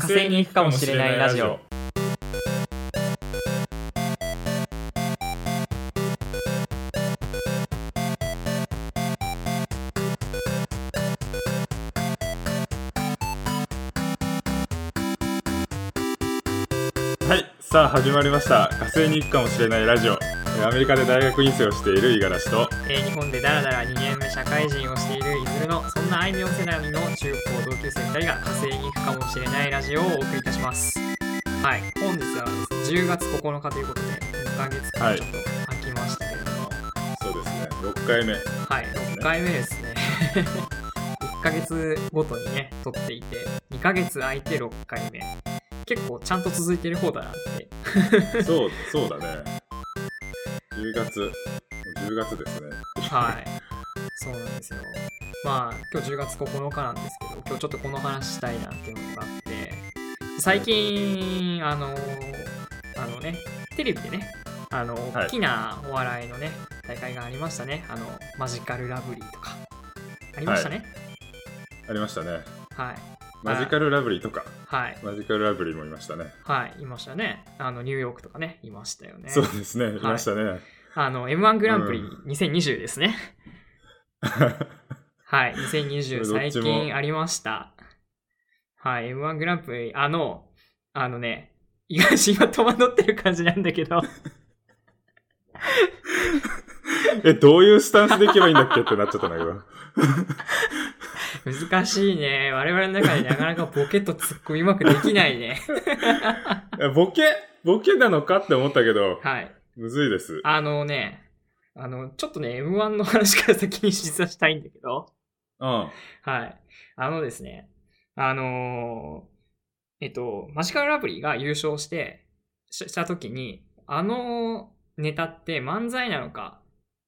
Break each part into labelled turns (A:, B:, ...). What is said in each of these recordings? A: 火
B: 星に行くかもしれないラジオ
A: はいさあ始まりました火星に行くかもしれないラジオえーアメリカで大学院生をしている五十嵐と
B: えー日本でダラダラ2年目社会人をしているいずるのそんなあいみょん世代の中高同級生2人が火星に行くかもしれないラジオをお送りいたしますはい本日はですね10月9日ということで1ヶ月
A: は
B: 間
A: い
B: ちょっと空きましたけれども
A: そうですね6回目
B: はい、6回目ですね 1ヶ月ごとにね撮っていて2ヶ月空いて6回目結構ちゃんと続いてる方だなって
A: そうそうだね10月もう10月ですね
B: はい。そうなんですよ。まあ、今日10月9日なんですけど、今日ちょっとこの話したいなっていうのがあって、最近、あの、あのね、テレビでね、あの、
A: はい
B: 大きなお笑いのね、大会がありましたね。あの、マジカルラブリーとか。ありましたね。
A: ありましたね
B: はい。
A: マジカルラブリーとか
B: はい。
A: マジカルラブリーもいましたね
B: はい。いましたね。あの、ニューヨークとかね、いましたよね。
A: そうですねいましたね、
B: あの、M1 グランプリ
A: う
B: 2020ですね。はい、2020
A: それど
B: 最
A: っちも
B: 近ありました。はい、M1 グランプリ、あの、あのね、意外と今戸惑ってる感じなんだけ ど、
A: えどういうスタンスでいけばいいんだっけってなっちゃったんだけど
B: 難しいね。我々の中でなかなかボケとツッコミうまくできないね。
A: えボケボケなのかって思ったけど
B: はい。
A: むずいです
B: あのね、あの、ちょっとね、M1 の話から先に示唆したいんだけど、
A: うん
B: はい。あのですね、あのーえっと、マジカルラブリーが優勝して、ししたときに、あのネタって漫才なのか、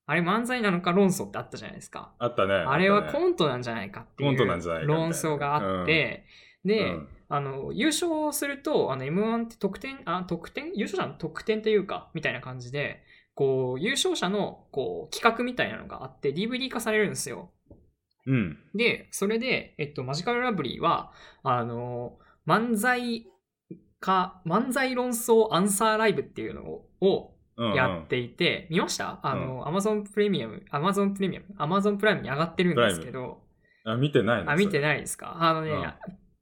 B: あれ漫才なのか論争ってあったじゃないですか。
A: あったね
B: あれは
A: ったね
B: コントなんじゃないかってい
A: コン
B: う
A: トなんじゃないかみたいな
B: 論争があって、で、
A: うん
B: あの、優勝すると、あの、M1 って得点、あ、得点優勝者の得点というか、みたいな感じで、こう、優勝者の、こう、企画みたいなのがあって、DVD 化されるんですよ。
A: うん
B: で、それで、えっと、マジカルラブリーは、あの、漫才か、漫才論争アンサーライブっていうのを、を
A: うんうん
B: やっていて、見ましたあの、アマゾンプレミアム、アマゾンプレミアム、アマゾンプライムに上がってるんですけど、
A: あ見てないの
B: あ、見て
A: ない
B: ないですかあのね、
A: うん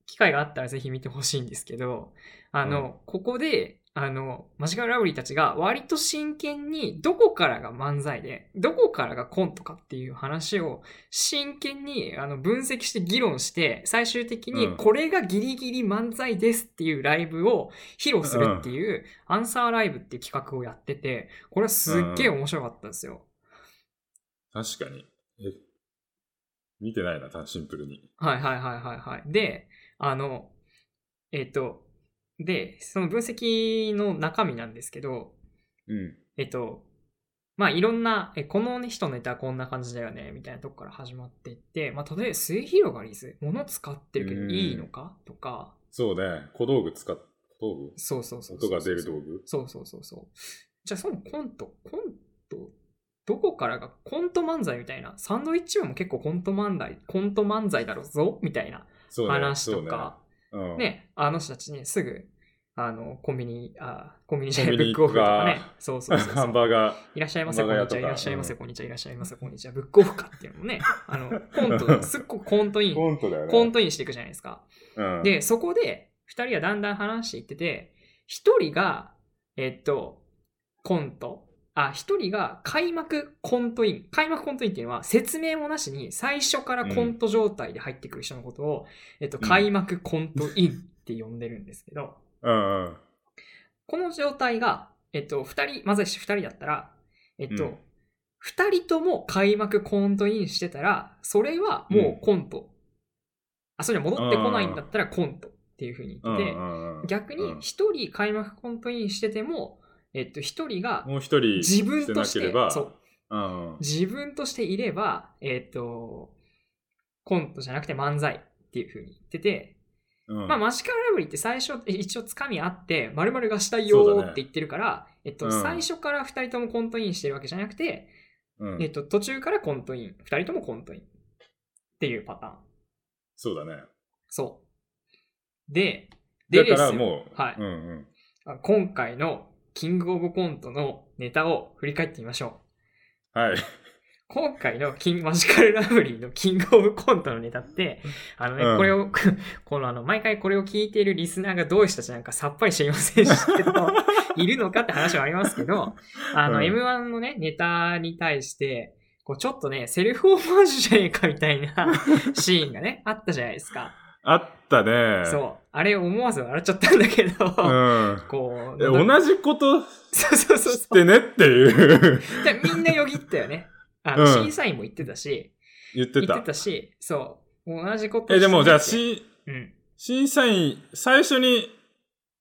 B: 機会があったらぜひ見てほしいんですけど、あの、
A: うん
B: ここで、あの、マジカルラブリーたちが割と真剣にどこからが漫才で、どこからがコントかっていう話を真剣にあの分析して議論して、最終的
A: う
B: に
A: ん
B: これがギリギリ漫才ですっていうライブを披露するっていうアンサーライブっていう企画をやってて、これはすっげえ面白かったんですよ。
A: 確かにえ見てないなたシンプルに
B: はいはいはいはいはい。で、あの、えっ、と、で、その分析の中身なんですけど、
A: うん
B: えっ、と、まあいろんな、えこの人のネタはこんな感じだよね、みたいなとこから始まっていって、まあ例えば末広がりず、物使ってるけどいいのかとか、
A: そうね小道具使っ小道
B: そうそうそ
A: 具
B: うそ
A: 音
B: うそう
A: が出る道具
B: そうそうそうそう。じゃあそのコント、コント、どこからがコント漫才みたいな、サンドイッチマンも結構コント漫才、コント漫才だろうぞ、みたいな
A: そうね
B: 話
A: そ
B: と
A: うね
B: か、
A: うん
B: ね、あの人たちね、すぐ、あの、コンビニ、あコンビニじゃない、
A: コ
B: ブ
A: ンビ
B: ッ
A: ニ
B: クオフとかね
A: か。
B: そうそうそうそう
A: ハンバーガー
B: いらっしゃいませ、こんにちは、いらっしゃいませ、
A: うん
B: こんにちは、いらっしゃいませ、こんにちは、ブックオフかっていうのもね、あの、コン ト、すっごくコントイン、
A: コントだよね
B: コントインしていくじゃないですか。
A: うん
B: で、そこで、二人はだんだん話していってて、一人が、えっと、コント、あ、一人が開幕コントイン。開幕コントインっていうのは説明もなしに最初からコント状態で入ってくる人のことを、えっと、
A: うん
B: 開幕コントインって呼んでるんですけど、
A: うんうん
B: この状態が、えっと、二人、まずし二人だったら、えっ
A: う
B: と
A: ん、
B: 二、人とも開幕コントインしてたら、それはもうコント。あ、それに戻ってこないんだったらコントっていうふうに
A: う
B: 言っ
A: ん
B: てて、
A: うんうん
B: 逆
A: う
B: に
A: ん
B: 一人開幕コントインしてても、えっと、一人が
A: もう一人
B: 自分として
A: なければ
B: そう、
A: うんうん
B: 自分としていれば、えっと、コントじゃなくて漫才っていうふうに言ってて、
A: うん
B: まあ、マジカルラブリーって最初え一応つかみあって「まるがしたい
A: そう
B: よ」
A: だ
B: っ
A: ね
B: て言ってるから、えっと
A: うん
B: 最初から2人ともコントインしてるわけじゃなくて、
A: うん
B: えっと、途中からコントイン2人ともコントインっていうパターン
A: そうだね
B: そうでで
A: だから
B: ですよ
A: もう、
B: はい
A: うんうん。
B: あ今回のキングオブコントのネタを振り返ってみましょう。
A: はい。
B: 今回のキンマジカルラブリーのキングオブコントのネタって、あのね、
A: うん
B: これを、 このあの、毎回これを聞いているリスナーがどういう人たちなんかさっぱり知りませんし、けど いるのかって話はありますけど、あの、
A: うん
B: M1 のね、ネタに対して、こう、ちょっとね、セルフオマージュじゃねえかみたい なシーンがね、あったじゃないですか。
A: あったね。
B: そう。あれ思わず笑っちゃったんだけど、
A: うん。
B: こう、
A: え同じことし
B: そうそうそうそう。
A: てねっ ていう
B: でみんなよぎったよね。あの、
A: うん
B: 審査員も言ってたし、
A: 言って
B: 言ったて。たし、そう。同じこと
A: え、でもじゃあ、
B: して
A: し
B: うん。
A: 審査員、最初に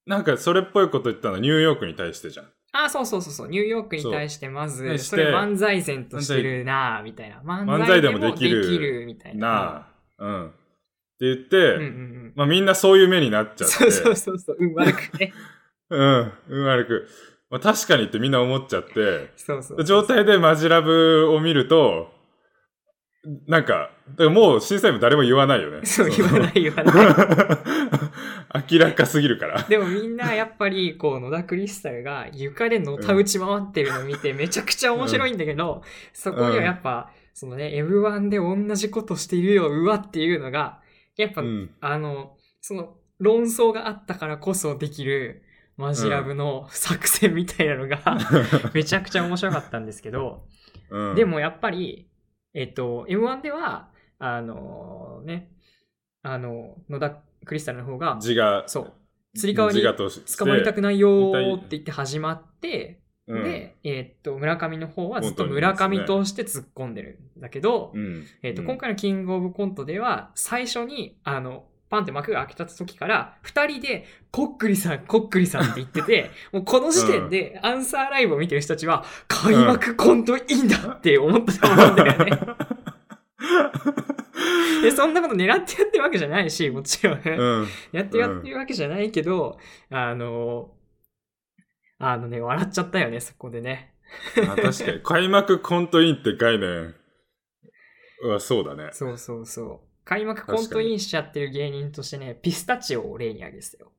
A: なんかそれっぽいこと言ったのニューヨークに対してじゃん。
B: あ、そうそうそうそう。ニューヨークに対してま
A: そう
B: ず、
A: して
B: それ漫才前としてるなぁ、みたいな。漫
A: 漫
B: 才
A: 才
B: で
A: で
B: も
A: も
B: で
A: で
B: き
A: き
B: る
A: る
B: みたいな。
A: なあ。うん。って言って、
B: うんうんうん。
A: まあみんなそういう目になっちゃって。
B: そうそうそうそう。うん、悪く ね。
A: うん。うん、悪く。まあ確かにってみんな思っちゃって。
B: そうそう。
A: 状態でマジラブを見ると、なんか、だからもう審査員も誰も言わないよね。
B: そう、言わない言わ
A: そ
B: ない。
A: の 明らかすぎるから。
B: でもみんなやっぱりこう野田クリスタルが床でのた打ち回ってるの見 てめちゃくちゃ面白いんだけど、そこにはやっぱ、そのね、M1 で同じことしているよ、うわっていうのが、やっぱ
A: うん。
B: あの、その論争があったからこそできるマジラブの作戦みたいなのが、 めちゃくちゃ面白かったんですけど、
A: うん
B: で、もやっぱり、えっと、M1 では、あのね、あの、野田クリスタルの方が、
A: 字が、
B: そう、つり革に
A: 字がとして
B: 捕まりたくないよーって言って始まって、
A: うん
B: で、えっと、村上の方はずっと
A: 本当にですね
B: 村上として突っ込んでるんだけど、
A: うん。
B: えっと
A: うん
B: 今回のキングオブコントでは、最初に、あの、パンって幕が開けた時から、二人で、こっくりさん、こっくりさんって言って て、もうこの時点で、アンサーライブを見てる人たちは、開幕コントいいんだって思ったと思うんだよね。で、そんなこと狙ってやってるわけじゃないし、もちろんね。
A: うん。
B: やってやってるわけじゃないけど、あの、あのね、笑っちゃったよね、そこでね。
A: あ確かに。開幕コントインって概念はそうだね。
B: そうそうそう。開幕コントインしちゃってる芸人としてね、ピスタチオを例に挙げてたよ。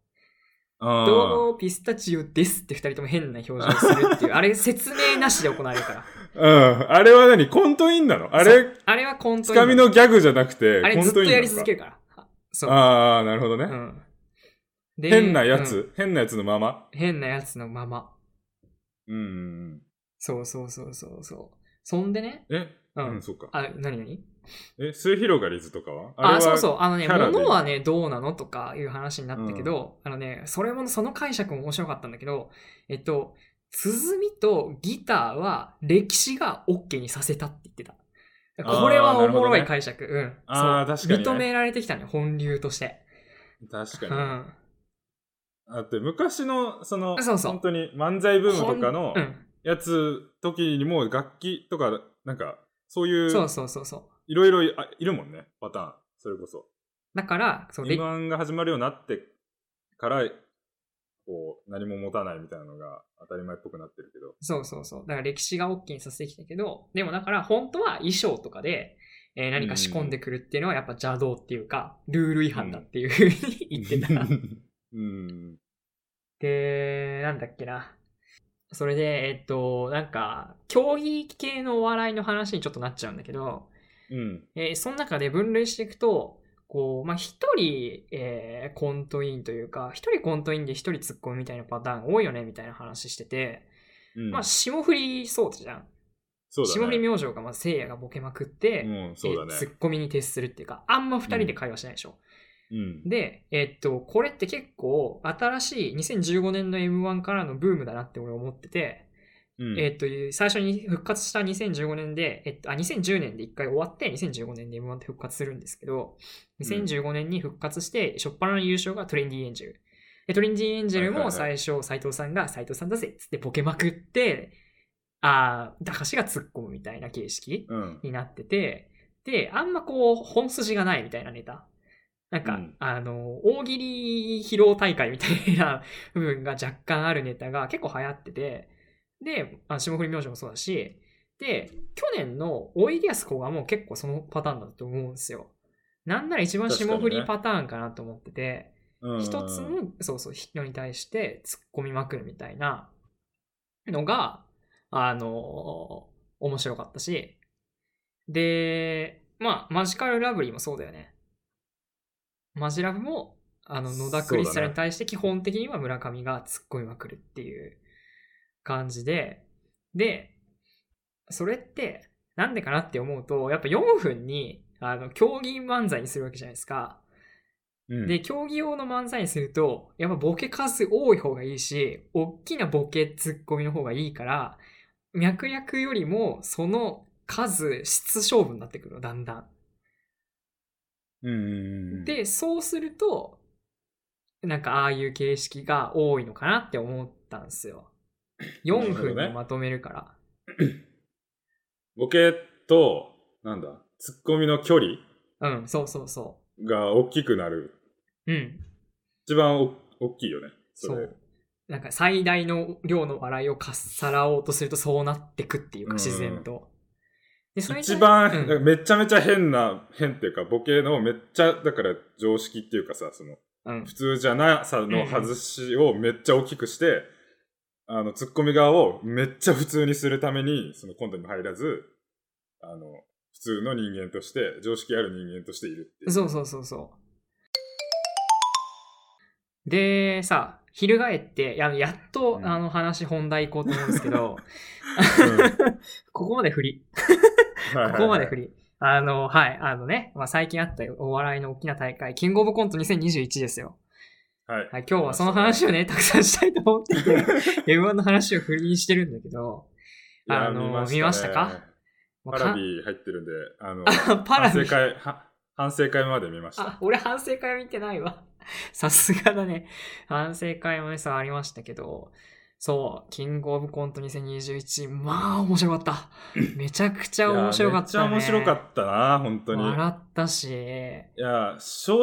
A: あ
B: どう
A: ー
B: もピスタチオですって二人とも変な表情をする っていう、あれ説明なしで行われるから。
A: うん。あれは何コントインなのあれ、
B: あれはコント
A: つ
B: イン
A: かみのギャグじゃなくて、
B: あれずっとやり続け
A: る。
B: るから。あそう。
A: ああ、なるほどね。
B: うん、で
A: 変なやつ、
B: うん
A: 変なやつのまま。
B: 変なやつのまま。
A: うんうん
B: そうそうそうそうそう。そんでね、
A: うん。え、
B: う
A: うんん、そうか。
B: あ、なになに
A: え、末広がり図とかは
B: あ
A: れは
B: そうそう。あのね、
A: キャラで
B: 物はね、どうなのとかいう話になったけど、あのね、それも、その解釈も面白かったんだけど、えっと、鼓とギターは歴史が OK にさせたって言ってた。これはおもろい解釈。うん。
A: あー
B: そう
A: 確かにね
B: 認められてきたね、本流として。
A: 確
B: う
A: か
B: ん。
A: に。だって昔の、その、
B: そうそう
A: 本当に漫才ブームとかの
B: ほんうん
A: やつ、時にもう楽器とか、なんか、そうい
B: そう
A: う、
B: そうそうそう。
A: いろいろいあいるもんね、パターン。それこそ。
B: だから、そう、で
A: M1 が始まるようになってから、こう、何も持たないみたいなのが当たり前っぽくなってるけど。
B: そうそうそう。だから歴史が OK にさせてきたけど、でもだから本当は衣装とかで、えー何か仕込んでくるっていうのはやっぱ邪道っていうか、ルール違反だっていうふうに言 ってた。
A: うん。
B: で、なんだっけな。それで、えっと、なんか、競技系のお笑いの話にちょっとなっちゃうんだけど、
A: うん。
B: えーその中で分類していくと、こう、まあ、一人、えーコントインというか、一人コントインで一人ツッコミみたいなパターン多いよね、みたいな話してて、
A: うん、
B: まあ、霜降りそうじゃん。
A: そうだね。
B: 霜降り明星がまず聖夜がボケまくって、
A: うん、そうだ
B: え
A: ね
B: ー。ツッコミに徹するっていうか、あんま二人で会話しないでしょ。
A: うん。
B: で、えっと、これって結構新しい2015年の M1 からのブームだなって俺思ってて、
A: うん
B: えっと、最初に復活した2015年で、えっと、あ、2010年で一回終わって、2015年で M1 って復活するんですけど、2015年に復活して、初っ端の優勝がトレンディエンジェル。でトレンディエンジェル
A: はい
B: も
A: はいは
B: 最初、斎藤さんが斎藤さんだぜっつってボケまくって、あー、高橋が突っ込むみたいな形式。
A: うん。
B: になってて、で、あんまこう、本筋がないみたいなネタ。なんか、
A: うん
B: あの、大喜利披露大会みたいな部分が若干あるネタが結構流行ってて、で、あ霜降り明星もそうだし、で、去年のおいでやすこがもう結構そのパターンだと思うんですよ。なんなら一番
A: 確かに
B: 霜
A: ね
B: 降りパターンかなと思ってて、
A: うん
B: 一つの、そうそう、人に対して突っ込みまくるみたいなのが、あの面白かったし、で、まあ、マジカルラブリーもそうだよね。マジラブも、あの、野田クリスタルに対して基本的には村上が突っ込みまくるっていう感じで、で、それって、なんでかなって思うと、やっぱ4分に、あの、競技漫才にするわけじゃないですか。
A: うん
B: で、競技用の漫才にすると、やっぱボケ数多い方がいいし、大きなボケツッコミの方がいいから、脈略よりも、その数、質勝負になってくるの、だんだ。
A: うんうんうんん、
B: で、そうすると、なんかああいう形式が多いのかなって思ったんですよ。4
A: な
B: 分
A: るほど
B: で
A: ね
B: まとめるから。
A: ボケと、なんだ、ツッコミの距離
B: うん、そうそうそ
A: が大きくなる。
B: う。うん、
A: 一番お大きいよね。
B: そ
A: れ
B: う。なんか最大の量の笑いをかっさらおうとするとそうなってくっていうか
A: うん
B: 自然と。でそれに
A: 一番、
B: うん
A: めちゃめちゃ変な、変っていうか、ボケのめっちゃ、だから常識っていうかさ、その、
B: うん
A: 普通じゃなさの外しをめっちゃ大きくして、あの、ツッコミ側をめっちゃ普通にするために、そのコントにも入らず、あの、普通の人間として、常識ある人間としているっていう。
B: そうそうそうそう。でさ、翻って、ややっと、
A: うん
B: あの話本題行こうと思うんですけ ど、
A: うんはい
B: ここまで振り。
A: はいはい
B: ここまで振り。あの、はい、あのね、まあ、最近あったお笑いの大きな大会、キングオブコント2021ですよ。
A: はい。
B: はい、今日はその話をね、たくさんしたいと思ってい て、M1 の話を振りにしてるんだけど、
A: いや
B: あの
A: ね
B: 見ましたかもう
A: パ
B: か
A: ラビ入ってるんで、あの、
B: あ パラ
A: 反
B: ビ
A: 省会、は反省会まで見ました。
B: あ、俺反省会見てないわ。 さすがだね。反省会もね、さ、ありましたけど、そう、キングオブコント2021、まあ面白か った。めちゃくちゃ面白かった、ね。
A: いやめっちゃ面白かったな、本当に。
B: 笑ったし、
A: いや、正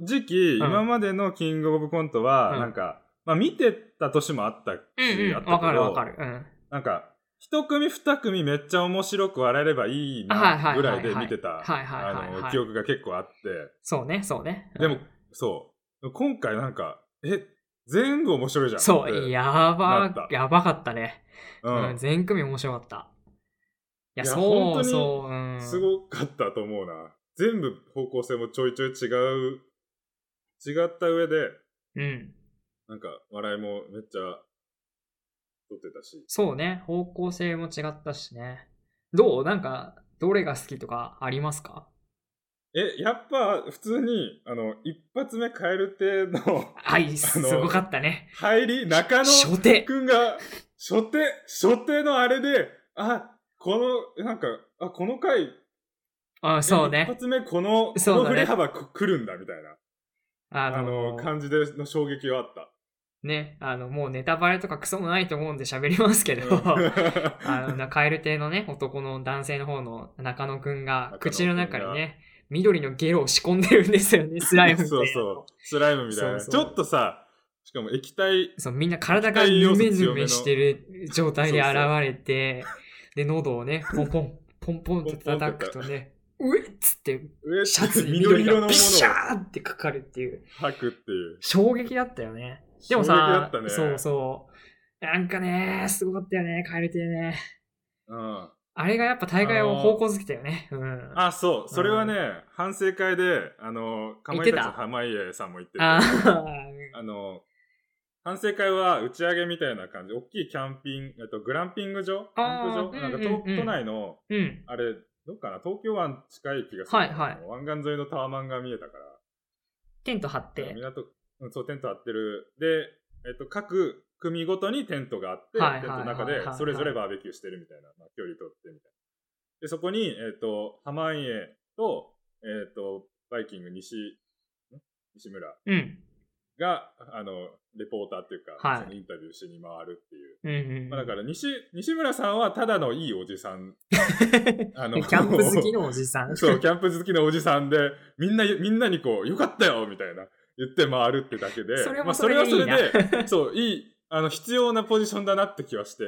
A: 直、今までのキングオブコントは、
B: うん
A: なんか、まあ見てた年もあったし、
B: うん
A: あ
B: う
A: っ
B: ん、
A: た
B: わ
A: け
B: かる
A: ど
B: わかる。うん。
A: なんか、一組二組めっちゃ面白く笑えればいい
B: はいはいはいは
A: ないぐらいで見てた、
B: はいはいはいは
A: あ
B: い
A: の、記憶が結構あって、
B: そうね、そうね。
A: でも、そう、今回なんか、え、全部面白いじゃん。
B: そう、
A: や、
B: や
A: な
B: ば
A: った、
B: やばかったね。
A: う
B: うんん、、全組面白かった。いや、
A: いや
B: そ
A: 本当
B: う
A: に
B: そう、うん。
A: すごかったと思うな。全部方向性もちょいちょい違う、違った上で、
B: うん。
A: なんか笑いもめっちゃ取ってたし。
B: そうね、方向性も違ったしね。どうなんか、どれが好きとかありますか
A: え、やっぱ普通に、あの、一発目変える手の
B: はい、すごかったね。
A: 入り、中野
B: 初手。
A: くんが、初手、初手のあれで、あ、この、なんか、あ、この回、
B: あそう
A: え一
B: ね。
A: 発目この、こ
B: そう
A: の
B: だね
A: 振れ幅く来るんだ、みたいな、
B: あ
A: あ
B: の
A: の、感じでの衝撃はあった。
B: ね、あの、もうネタバレとかクソもないと思うんで喋りますけど、 あ の、カエル亭のね、男の男性の方の中野くんが
A: 中野、くんが
B: 口の中にね、緑のゲロを仕込んでるんですよね、スライムって。
A: そうそう。スライムみたいな。
B: そうそう
A: ちょっとさ、しかも液体、
B: そうみんな体がぬめぬめしてる状態で現れて、で、喉を ね、ポンポン、ポンポンと叩くとね、うえっつって、
A: 上
B: シャツに
A: 緑
B: 緑
A: 色の
B: が
A: ものを
B: ビシ
A: 吐
B: ャーってかかるっていう、
A: くっていう。
B: 衝撃だったよね。でも
A: 衝撃だ
B: さ
A: っ、たね
B: そうそう。なんかね、すごかったよね、カエル亭ね。
A: うん。
B: あれがやっぱ大会を方向づけたよね。うん。
A: あ、そう。それはね、反省会で、あの、かまいたち
B: 言
A: の
B: ってた
A: 濱家さんも言ってて、
B: あ
A: あ
B: ー
A: の、反省会は打ち上げみたいな感じ。大きいキャンピング、えっと、グランピング場キャ
B: あー
A: ンプ場なんか、
B: うんうんうん
A: 都都内の、
B: うん。
A: あれ、どっかな東京湾近い気がする。
B: はいはい
A: 湾岸沿いのタワマンが見えたから。
B: テント張って。
A: 港、うんそう、テント張ってる。で、えっと、各組ごとにテントがあって、
B: はいはい
A: テントの中
B: はい
A: で
B: はいはい
A: それぞれバーベキューしてるみたいな、まあ、距離取ってみたいな。で、そこに、えっと、濱家と、えっと、バイキング西、ん西村
B: うん。
A: が、あの、レポーターっていうか、
B: はい
A: そのインタビューしに回るっていう。
B: うんうん。
A: まあ、だから西、西村さんはただのいいおじさん。あ の
B: キャンプ好きのおじさん。
A: そう、キャンプ好きのおじさんで、みんな、みんなにこう、よかったよみたいな、言って回るってだけで、
B: それも
A: まあ
B: それでいいな
A: それはそれで、 そう、いい、あの、必要なポジションだなって気はして、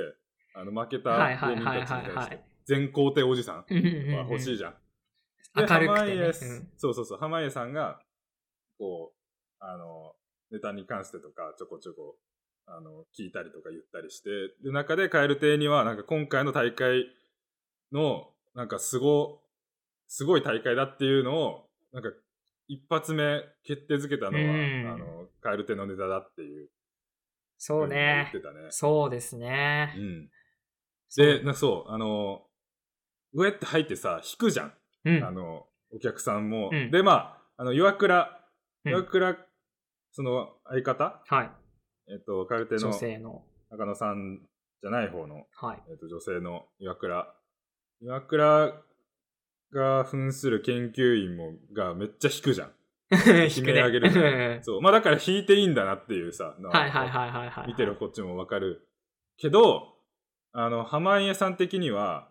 A: あの、負けた
B: はいは
A: 芸
B: い
A: 人
B: はい
A: たちに
B: はい
A: 対
B: は
A: して
B: い、。
A: 全肯定おじさんは
B: うんうんうん
A: 欲しいじゃん。
B: 明るくてね
A: 濱家
B: うん
A: そうそうそう、濱家さんが、こう、あの、ネタに関してとか、ちょこちょこ、あの、聞いたりとか言ったりして、で、中で蛙亭には、なんか今回の大会の、なんかすご、すごい大会だっていうのを、なんか、一発目決定づけたの
B: うん
A: は、あの、蛙亭のネタだっていう。
B: そうね
A: 言。ってたね。
B: そうですね
A: う。ん。
B: そう
A: で、なそう、あの、上って入ってさ、引くじゃん。
B: うん
A: あの、お客さんも。
B: うん
A: で、まあ、あの、岩倉、
B: うん
A: 岩倉、その相方、
B: はい。
A: えっと、カルテ
B: 女
A: の
B: 性の。
A: 中野さんじゃない方の、
B: はい。
A: えっと、女性の岩倉。岩倉が扮する研究員も、がめっちゃ引くじゃん。
B: 決
A: め上げるそう。まあ、だから引いていいんだなっていうさ、の
B: はいはいはいはいはい。
A: 見てる。こっちもわかるけどあの濱家さん的には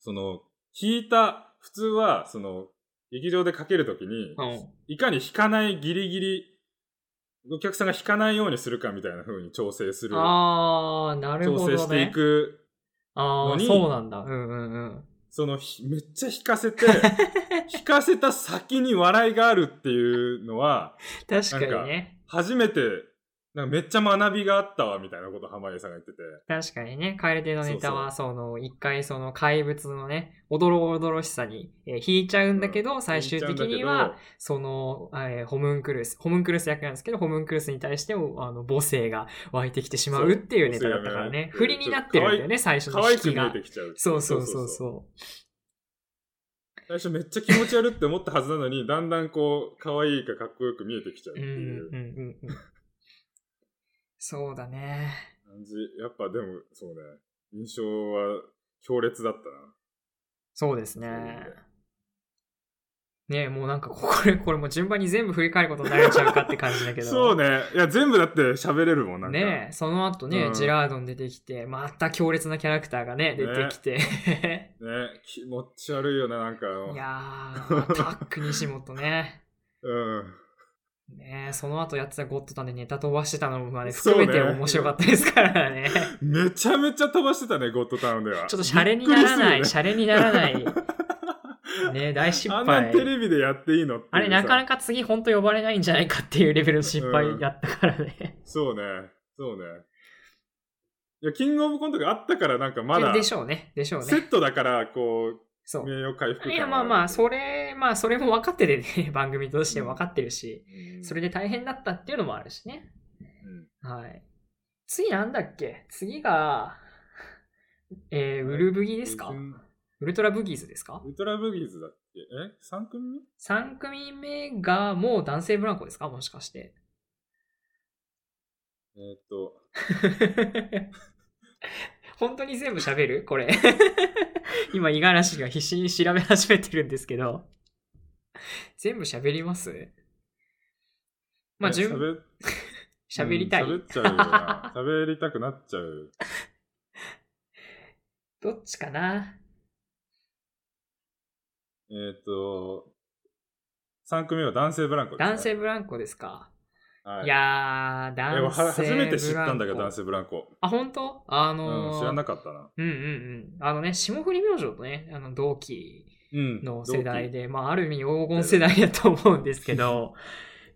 A: その引いた普通はその劇場でかけるときに
B: うん。
A: いかに引かないギリギリお客さんが引かないようにするかみたいな風に調整する
B: あー、なる
A: 調
B: ほど、ね。
A: 整していく
B: あ
A: の
B: ー、
A: に
B: そうなんだ。うんうんうん。
A: そのひめっちゃ引 かせて引かせた先に笑いがあるっていうのは
B: 確かにね。
A: 初めてなんかめっちゃ学びがあったわみたいなこと濱家さんが言ってて。
B: 確かにね。蛙亭のネタは、その、一回その怪物のね、おどろおどろしさに、えー引いちゃうんだけど、最終的には、その、えーホムンクルース、ホムンクルース役なんですけど、ホムンクルースに対しても、あの、母性が湧いてきてしまうっていうネタだったからね。
A: そう
B: 振りになってるんだよね、最初
A: 可
B: の
A: 愛
B: 引
A: く
B: き
A: 見え
B: が
A: て。きちゃう。
B: そうそうそうそ
A: 最初めっちゃ気持ち悪って思ったはずなのに、だんだんこう、可愛いかかっこよく見えてきちゃうっ
B: う。う
A: て
B: ん
A: いう
B: うんうんうん。そうだね。
A: 感じ。やっぱでも、そうね、印象は強烈だった
B: そうです
A: そう
B: ね
A: ね。
B: ねえ、もうなんか これ、これもう順番に全部振り返ることになれちゃうかって感じだけ
A: な。
B: ど。
A: そうね。いや、全部だって喋れるもん、なんか。
B: ねえ、その後ね、
A: うん
B: ジェラードン出てきて、また強烈なキャラクターがね、出てきて。
A: ね気持ち悪いよな、なんか。
B: いやー、タック西本ね。
A: うん。
B: ねえ、その後やってたゴッドタンでネタ飛ばしてたのもまで含めて
A: そうね
B: 面白かったですから ね。
A: めちゃめちゃ飛ばしてたね、ゴッドタウンでは。
B: ちょっとシャレにならない、
A: びっくりす
B: シャレになら ない。ねえ、大失
A: るよねあん
B: 敗。
A: なテレビでやっていいのっていうさ
B: あれ、なかなか次、本当呼ばれないんじゃないかっていうレベルの失敗だったからね。
A: そうね。そうね。いや、キングオブコントがあったから、なんかまだ、
B: でしょうね。でしょう
A: セ
B: ね。
A: ットだから、こ、
B: そうう。
A: 名誉回復感
B: い
A: は
B: や、まあまあ、そ
A: る
B: れ、まあ、それも分かっててね、 番組としても分かってるし、
A: けど。うん
B: それで大変だったっていうのもあるしね。
A: うん
B: はい。次なんだっけ次が、 えー、ウルブギですか
A: うん
B: ウルトラブギーズですか
A: ウルトラブギーズだっけえ ?3 組目
B: ?3 組目がもう男性ブランコですかもしかして。
A: えーっと、
B: 本当に全部喋るこれ。 今、五十嵐が必死に調べ始めてるんですけど。全部喋りますまあ、
A: え
B: 順、
A: 喋
B: 喋りたい。
A: うん喋っちゃうよな。喋りたくなっちゃう。
B: どっちかな
A: えーっと、3組目は男性ブランコですね
B: 男性ブランコですか、
A: はい
B: い、やー、
A: でも
B: 男性ブラ
A: は
B: ンコ。
A: 初めて知ったんだけど、男性ブランコ。
B: あ、本当あのー
A: うん、知らなかったな。
B: うんうんうん。あのね、霜降り明星とね、あの同期
A: うん。
B: の世代
A: で。
B: で、まあ、ある意味黄金世代だと思うんですけ ど、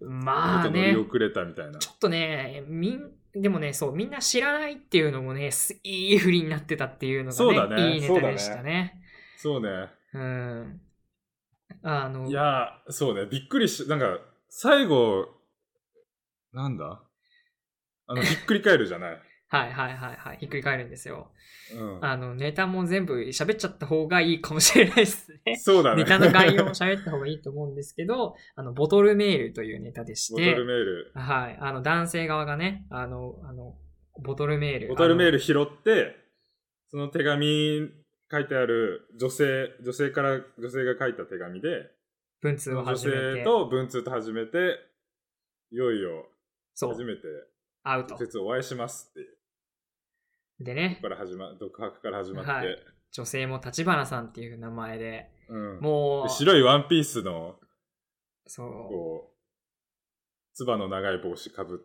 B: まあ
A: 乗り
B: ね、
A: 遅れたみたいな。
B: ちょっとね、みん、でもね、そう、みんな知らないっていうのもね、すいい振りになってたっていうの
A: そうだ
B: がね、
A: ね
B: いいネタでしたね。
A: そうね。
B: うん。あの、
A: いやー、そうね、びっくりし、なんか、最後、なんだあの、ひっくり返るじゃない。
B: はいはいはいはい、ひっくり返るんですよ。
A: うん。
B: あの、ネタも全部喋っちゃった方がいいかもしれないですね。
A: そうだね。
B: ネタの概要も喋った方がいいと思うんですけど、 あの、ボトルメールというネタでし
A: ボトル
B: て、
A: メール。
B: はい、あの、男性側がね、あの、あの、ボトルメール。
A: ボトルメー
B: ル。
A: ル拾って、その手紙、書いてある女性、女性から、女性が書いた手紙で、
B: 文通を
A: 女
B: 始め
A: 性
B: て、
A: と文通と始めて、いよいよ、
B: そ
A: 初
B: う、
A: めて、
B: 会うと
A: 直。接お会いしますっていう。
B: でね
A: こ、こから始ま、独白から始まって、
B: はい女性も立花さんっていう名前で、
A: うん。
B: も
A: で
B: う、
A: 白いワンピースの、
B: そ
A: こう、つばの長い帽子かぶって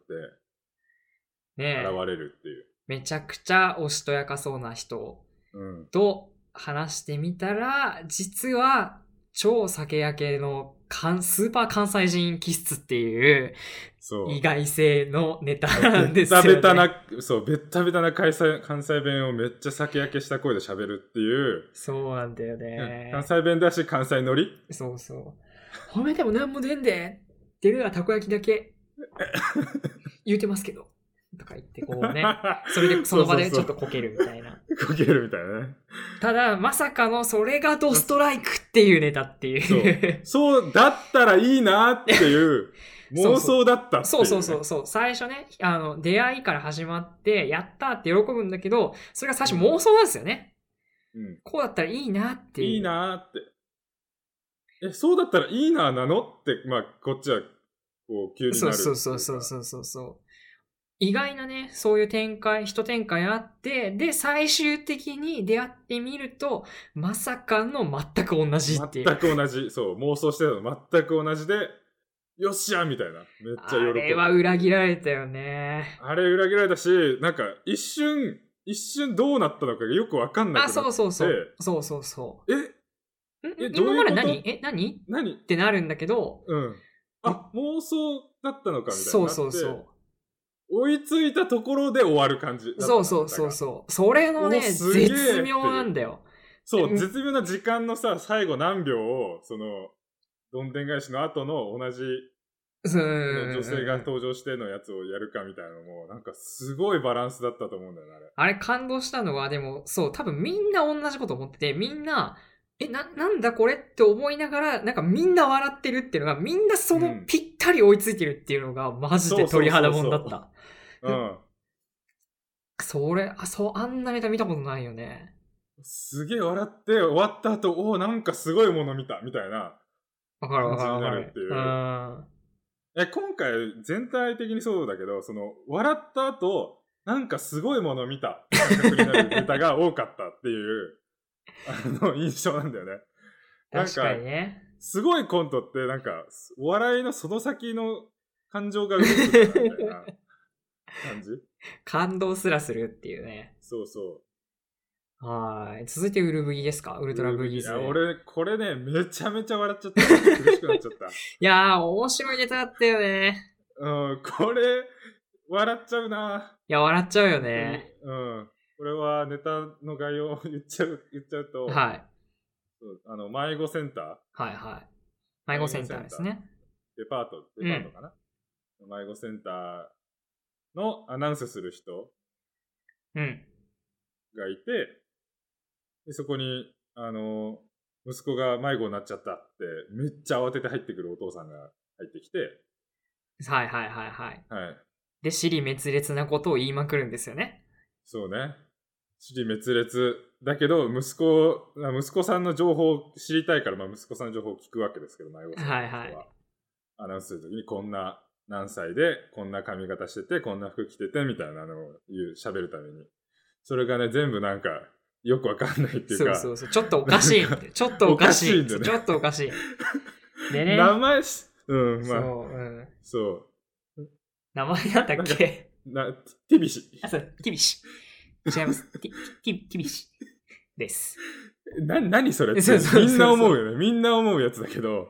B: う、ね
A: 現、れるっていう。
B: めちゃくちゃおしとやかそうな人
A: うん。
B: と話してみたら、実は、超酒焼けの関スーパー関西人気質っていう
A: そう。
B: 意外性のネタなん ですよ、
A: ベ
B: ね。
A: ッタベタな、そう、ベッタベタな関西関西弁をめっちゃ酒焼けした声で喋るっていう、
B: そうなんだよね。
A: 関西弁だし関西乗り
B: そうそう。褒めても何も出んで出るのはたこ焼きだ け言うてますけど。とか言ってこうね。 それ でその場でちょっとこけるみたいな。
A: そうそうそうこけるみたいなね。
B: ただ、まさかのそれがドストライクっていうネタっていう。
A: そう、だったらいいなっていう
B: そう
A: 妄想だったっていう ね、
B: そうそうそうそう。最初ね、あの、出会いから始まって、やったーって喜ぶんだけど、それが最初妄想なんですよね。
A: うん。
B: こうだったらいいなっていう。
A: いいなーって。え、そうだったらいいなーなのって、まあ、こっちは、こう、急になる
B: そうそうそうそうそうそうそう。意外なね、そういう展開、一展開あって、で、最終的に出会ってみると、まさかの全く同じっていう。
A: 全く同じ。そう、妄想してたの全く同じで、よっしゃーみたいな。めっちゃ喜
B: あ
A: ぶ。
B: れは裏切られたよね。
A: あれ裏切られたし、なんか一瞬、一瞬どうなったのかがよくわかんない
B: あ、そうそうそ
A: で
B: う。そうそうそ
A: え、
B: う。ん
A: えどういう
B: 今まで
A: こと
B: 何え、何っ
A: 何
B: てなるんだけど、
A: うん。あ、妄想だったのかみたいな。
B: そうそうそう。。
A: 追いついたところで終わる感じ。
B: そうそうそう
A: そう。
B: そう。それのね、
A: おすげえっていう
B: 絶妙なんだよ。
A: そうう、
B: ん
A: 絶妙な時間のさ、最後何秒を、その、どんでん返しの後の同じ
B: うんうんうん
A: 女性が登場してのやつをやるかみたいなのも、なんかすごいバランスだったと思うんだよね、あ
B: あ
A: れ。
B: れ感動したのは、でも、そう、多分みんな同じこと思ってて、みんな、え、な、なんだこれって思いながら、なんかみんな笑ってるっていうのが、みんなそうの
A: ん
B: ぴったり追いついてるっていうのが、マジで鳥肌もんだ
A: そう
B: っ
A: そう
B: た。
A: うん。
B: それ、あ、そう、あんなネタ見たことないよね。
A: すげえ笑って、終わった後、おお、なんかすごいもの見た、みたいな。
B: わかるわかるわか
A: 感じになる
B: る
A: っていう。
B: うん。
A: え、今回、全体的にそうだけど、その、笑った後、なんかすごいもの見た、感覚になるネタが多かったっていう、あの、印象なんだよね。なんか
B: 確かにね。
A: すごいコントって、なんか、お笑いのその先の感情が動くんだなみたいな感じ
B: 感動すらするっていうね。
A: そうそう。
B: はーい。続いてウルブギですかウルトラブギーズ。
A: いや俺、これね、めちゃめちゃ笑っちゃった。苦しくなっちゃった。
B: いやー、面白いネタだったよね。
A: うん、これ、笑っちゃうな。
B: いや、笑っちゃうよね。
A: うん。これはネタの概要を言っちゃう、言っちゃうと、
B: はい。
A: そうあの、迷子センター、
B: はいはい。迷子センターですね。
A: デパート、デパートかな、迷子センターのアナウンスする人
B: うん。
A: がいて、でそこに、あの、息子が迷子になっちゃったって、めっちゃ慌てて入ってくるお父さんが入ってきて、
B: はいはいはいはい。
A: はい。
B: で、尻滅裂なことを言いまくるんですよね。
A: そうね。支離滅裂。だけど、息子、あ息子さんの情報を知りたいから、まあ、息子さんの情報を聞くわけですけど、迷子さんの人
B: はいは
A: アナウンスするときに、こんな、何歳で、こんな髪型してて、こんな服着てて、みたいなのを言う、喋るために。それがね、全部なんか、よくわかんないっていう
B: そう
A: か、
B: そうそう。ちょっとおかしい
A: なんか。
B: ちょっとおかしい。
A: おかしいんだね
B: ちょっとおかしい。でね。
A: 名前し、うん、
B: そ
A: まあ、
B: う、うん。
A: そう。
B: 名前なんだっけ
A: な、ティビシ。
B: あ、そう、ティビシ。違います。ティ、ティティビシ。です。
A: な、何それって
B: そうそうそうそう
A: みんな思うよね。みんな思うやつだけど。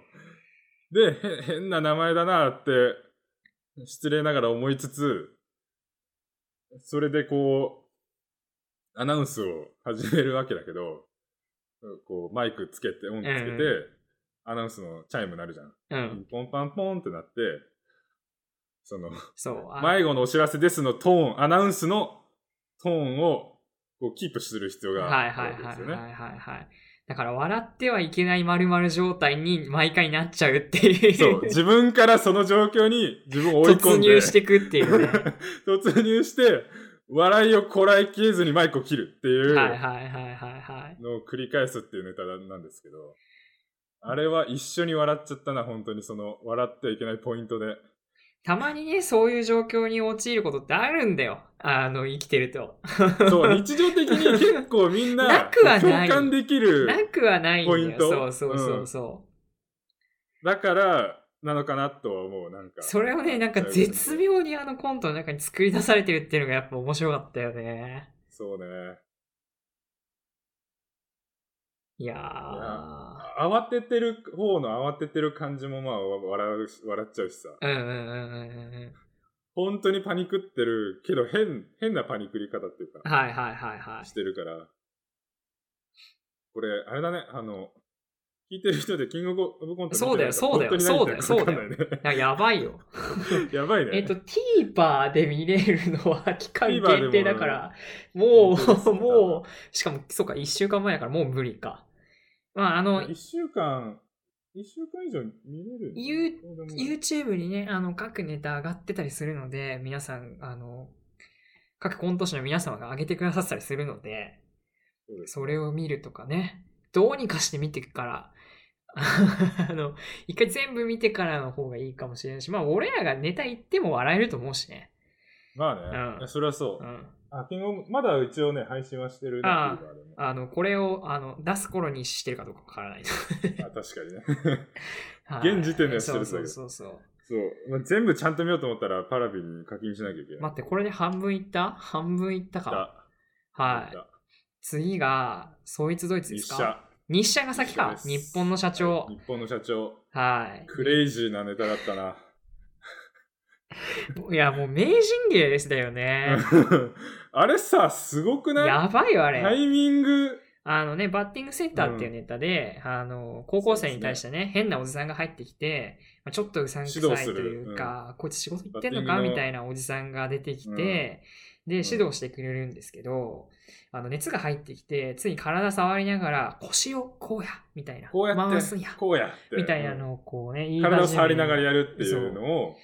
A: で、へ変な名前だなって、失礼ながら思いつつ、それでこう、アナウンスを始めるわけだけど、こう、マイクつけて、音つけて、
B: うんう
A: アナウンスのチャイム鳴るじゃん。
B: うん。
A: ポンパンポンってなって、その、
B: そう。あ
A: 迷子のお知らせですのトーン、アナウンスのトーンを、こう、キープする必要が
B: は
A: あ
B: い
A: る
B: は
A: わ
B: い
A: けで
B: は
A: す
B: い
A: よ
B: は
A: ね。
B: いはいはい。だから、笑ってはいけない〇〇状態に毎回なっちゃうっていう。
A: そう、自分からその状況に自分を追い込
B: 突
A: んで。
B: 入してくっていうね。
A: 突入して、笑いをこらえきれずにマイクを切るってい
B: はいはいうはいはいはい。
A: のを繰り返すっていうネタなんですけど、あれは一緒に笑っちゃったな、本当にその、笑ってはいけないポイントで。
B: たまにね、そういう状況に陥ることってあるんだよ。あの、生きてると。
A: そう、日常的に結構みん
B: な
A: な
B: くはない
A: 共感できる。
B: なくはないんだ
A: ポイン
B: よ。
A: ト
B: そうそうそうそう。
A: だから、なのかなとは思う、なんか。
B: それをね、なんか絶妙にあのコントの中に作り出されてるっていうのがやっぱ面白かったよね。
A: そうね。
B: いやー。
A: 慌ててる方の慌ててる感じもまあわ笑うし笑っちゃうしさ
B: うんうんうんうんうんうん。
A: 本当にパニクってるけど変変なパニクり方っていうか、
B: はいはいはいは
A: してるからこれあれだねあの聞いてる人でキングオブコント見てないから
B: そうだよ
A: 本当に何言ってるか
B: そうだよ
A: 分かんないね
B: い。なんかやばいよ。
A: やばいね
B: えっと、TVer で見れるのは期間
A: TVer でも
B: 限定だから、も
A: 本当です
B: う、もう、しかも、そうか、1週間前だからもう無理か。まあ、あの、
A: 1週間1週間以上見れる
B: ゆう
A: そうでもない
B: YouTube にね、あの、各ネタ上がってたりするので、皆さん、あの、各コント師の皆様が上げてくださったりするので、
A: そうです
B: それを見るとかね、どうにかして見てくから、 あの、一回全部見てからの方がいいかもしれないし、まあ、俺らがネタ言っても笑えると思うしね。
A: まあね、
B: うん
A: いやそれはそう、
B: うん。
A: あキングオブまだ一応ね配信はしてるね
B: あ
A: TVer でも
B: あの、これを、あの、出す頃にしてるかどうかわから ないと。
A: あ確かにね
B: はい
A: 現時点ではしてるんだけ
B: そうそう
A: ど
B: そうそう。
A: そう、まあ、全部ちゃんと見ようと思ったらパラビに課金しなきゃいけない、
B: 待って、これで半分いった半分いったか。はい。次が、そいつドイツで
A: 日
B: すか
A: 社
B: 日社が先か。
A: 日社
B: 日
A: です
B: 本の社長。
A: 日本の社長
B: はい。
A: クレイジーなネタだったな
B: いや、もう名人芸でしたよね。
A: あれさすごくない
B: やばいよ、あれ。
A: タイミング
B: あのね、バッティングセンターっていうネタで、あの、高校生に対してね、変なおじさんが入ってきて、まあ、ちょっとうさんくさい
A: 指導す
B: と
A: る
B: いうか、こいつ仕事行ってんのか
A: バッティングの
B: みたいなおじさんが出てきて、
A: うん
B: で、指導してくれるんですけど、あの、熱が入ってきて、ついに体触りながら、腰をこうや、みたいな。
A: こうや
B: 回
A: っ
B: す
A: て
B: んや、
A: こうやって
B: みたいなのをこうね、言
A: う
B: い
A: ん
B: 始め
A: 体を触りながらやるっていうのを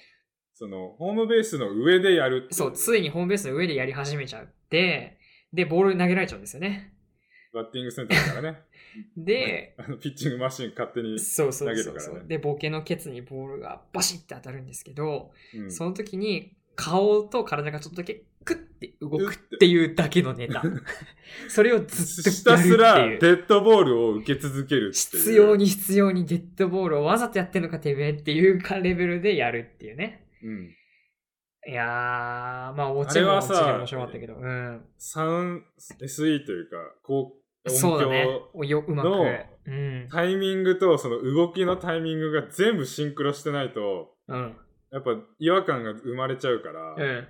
A: そのホームベースの上でやるってい
B: そう、ついにホームベースの上でやり始めちゃって、で、ボール投げられちゃうんですよね。
A: バッティングセンターだからね
B: で、
A: あのピッチングマシン勝手に、
B: そうそうそ
A: 投
B: う
A: げる
B: そ
A: か
B: う、
A: らね
B: で、ボケのケツにボールがバシッて当たるんですけど、
A: うん
B: その時に顔と体がちょっとだけクッて動くっていうだけのネ タ。それをずっと
A: ひたす
B: や
A: ら
B: る
A: デ
B: っていう。
A: ッドボールを受け続けるっていう
B: 必要、に必要にデッドボールをわざとやってんのかてめえっていうかレベルでやるっていうね。
A: うん、
B: いやー、まあ、落ちも
A: あれは
B: 落ち
A: さ
B: で面白かったけど、うん。
A: サウン SE というかこう音響
B: そうだね。おようまく
A: の。
B: うん。
A: タイミングとその動きのタイミングが全部シンクロしてないと
B: うん。
A: やっぱ違和感が生まれちゃうから、
B: うん。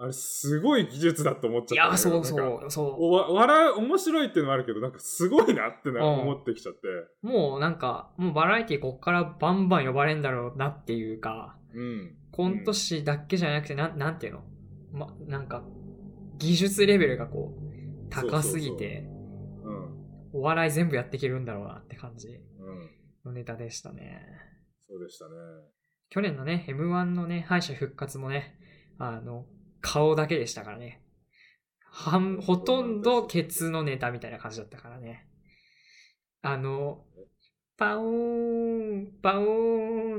A: あれすごい技術だと思っち
B: い
A: ゃった
B: や、
A: んだけど
B: そうそ
A: なんか
B: う、そう。
A: おわ笑う面白いっていうのもあるけどなんかすごいなってな
B: うん
A: 思ってきちゃって、
B: もうなんか、もうバラエティこっからバンバン呼ばれんだろうなっていうか、
A: うん、
B: コント師だけじゃなくて、なん、なんていうのま、なんか、技術レベルがこう、高すぎて、
A: うん
B: お笑い全部やっていけるんだろうなって感じ
A: うん、
B: のネタでしたね。
A: そうでしたね
B: 去年のね、M1 のね、敗者復活もね、あの、顔だけでしたからね。はん、ほとんどケツのネタみたいな感じだったからね。あの、パオーン、パオ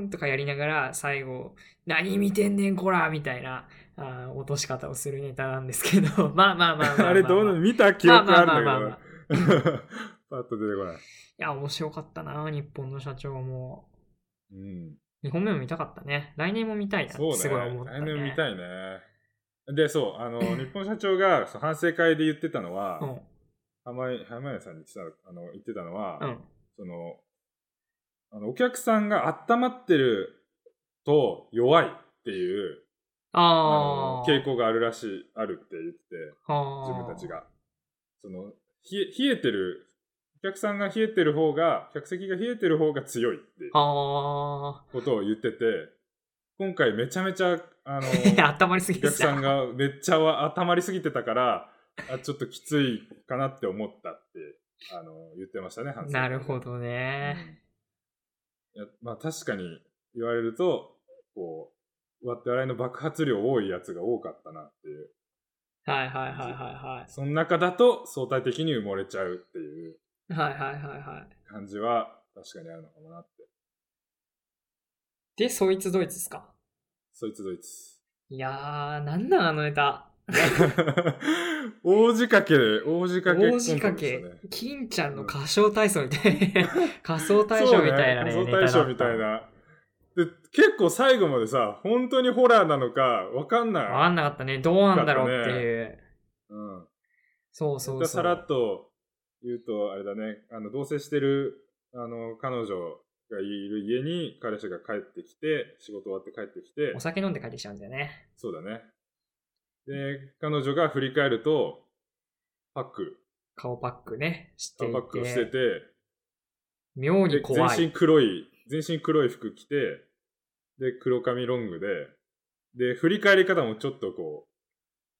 B: ーンとかやりながら最後、何見てんねんこらみたいな、あー落とし方をするネタなんですけど、 まあまあまあまあまあまあ。
A: あれどうなの見た記
B: まあ
A: 憶
B: ま
A: あ
B: あまあ
A: る
B: まあまあ
A: んだけど パッと出てこない、
B: いや、面白かったな、日本の社長も。
A: うん、
B: 2本目も見たかったね。来年も見たいな
A: そう
B: って
A: ね
B: すごい思った、ね。
A: 来年見たいねでそうあの日本社長がそう反省会で言ってたのは、
B: うん。
A: 浜井浜谷さんに言ってたあの言ってたのは、
B: うん。
A: そのあのお客さんが温まってると弱いっていうあ
B: あ
A: の
B: あ。
A: 傾向があるらしいあるって言ってて自
B: 自
A: 分たち。がその冷え冷えてるお客さんが冷えてる方が客席が冷えてる方が強いっていう
B: あ
A: ことを言ってて今回めちゃめちゃ あの
B: あ。あったまりすぎ
A: お
B: て
A: 客さ
B: さ。
A: んがめっちゃわ温まりすぎてたからあちょっときついかなって思ったってあの言ってましたね反省会で
B: なるほどね。
A: うんいやまあ確かに言われるとこう我々の爆発量多いやつが多かったなっていう
B: はいはいはいは
A: その中だと相対的に埋もれちゃうっていう
B: いはい。はいはいはいはい。
A: 感じは確かにあるのかもなって
B: で、そいつドイツですか
A: そいつど いつ
B: いやー、なんなんあのネタ。
A: 大仕掛け大仕掛け
B: 大仕掛
A: コントでした
B: け
A: ね、
B: 金ちゃんの歌唱体操みた いな、仮想体操みたいなね。
A: そうね
B: ネ
A: 仮
B: タ
A: 想
B: だ
A: 大賞
B: っ
A: みたい。な。で、結構最後までさ、本当にホラーなのか、わかんない。
B: わかんなかったね。どうなんだろうっていう。
A: うん。
B: そうそ
A: そう
B: そう。
A: さらっと、言うと、あれだね、あの、同棲してる、あの、彼女がいる家に、彼氏が帰ってきて、仕事終わって帰ってきて
B: お、酒飲んで帰ってきちゃうんだよね。
A: そうだね。で、彼女が振り返ると、パック、
B: 顔パックね、して
A: パ
B: い
A: ックをして
B: て、
A: て、
B: 妙
A: で
B: に
A: 全
B: 怖
A: 身
B: い。
A: 黒い、全身黒い服着て、で、黒髪ロングで、で、振り返り方もちょっとこう、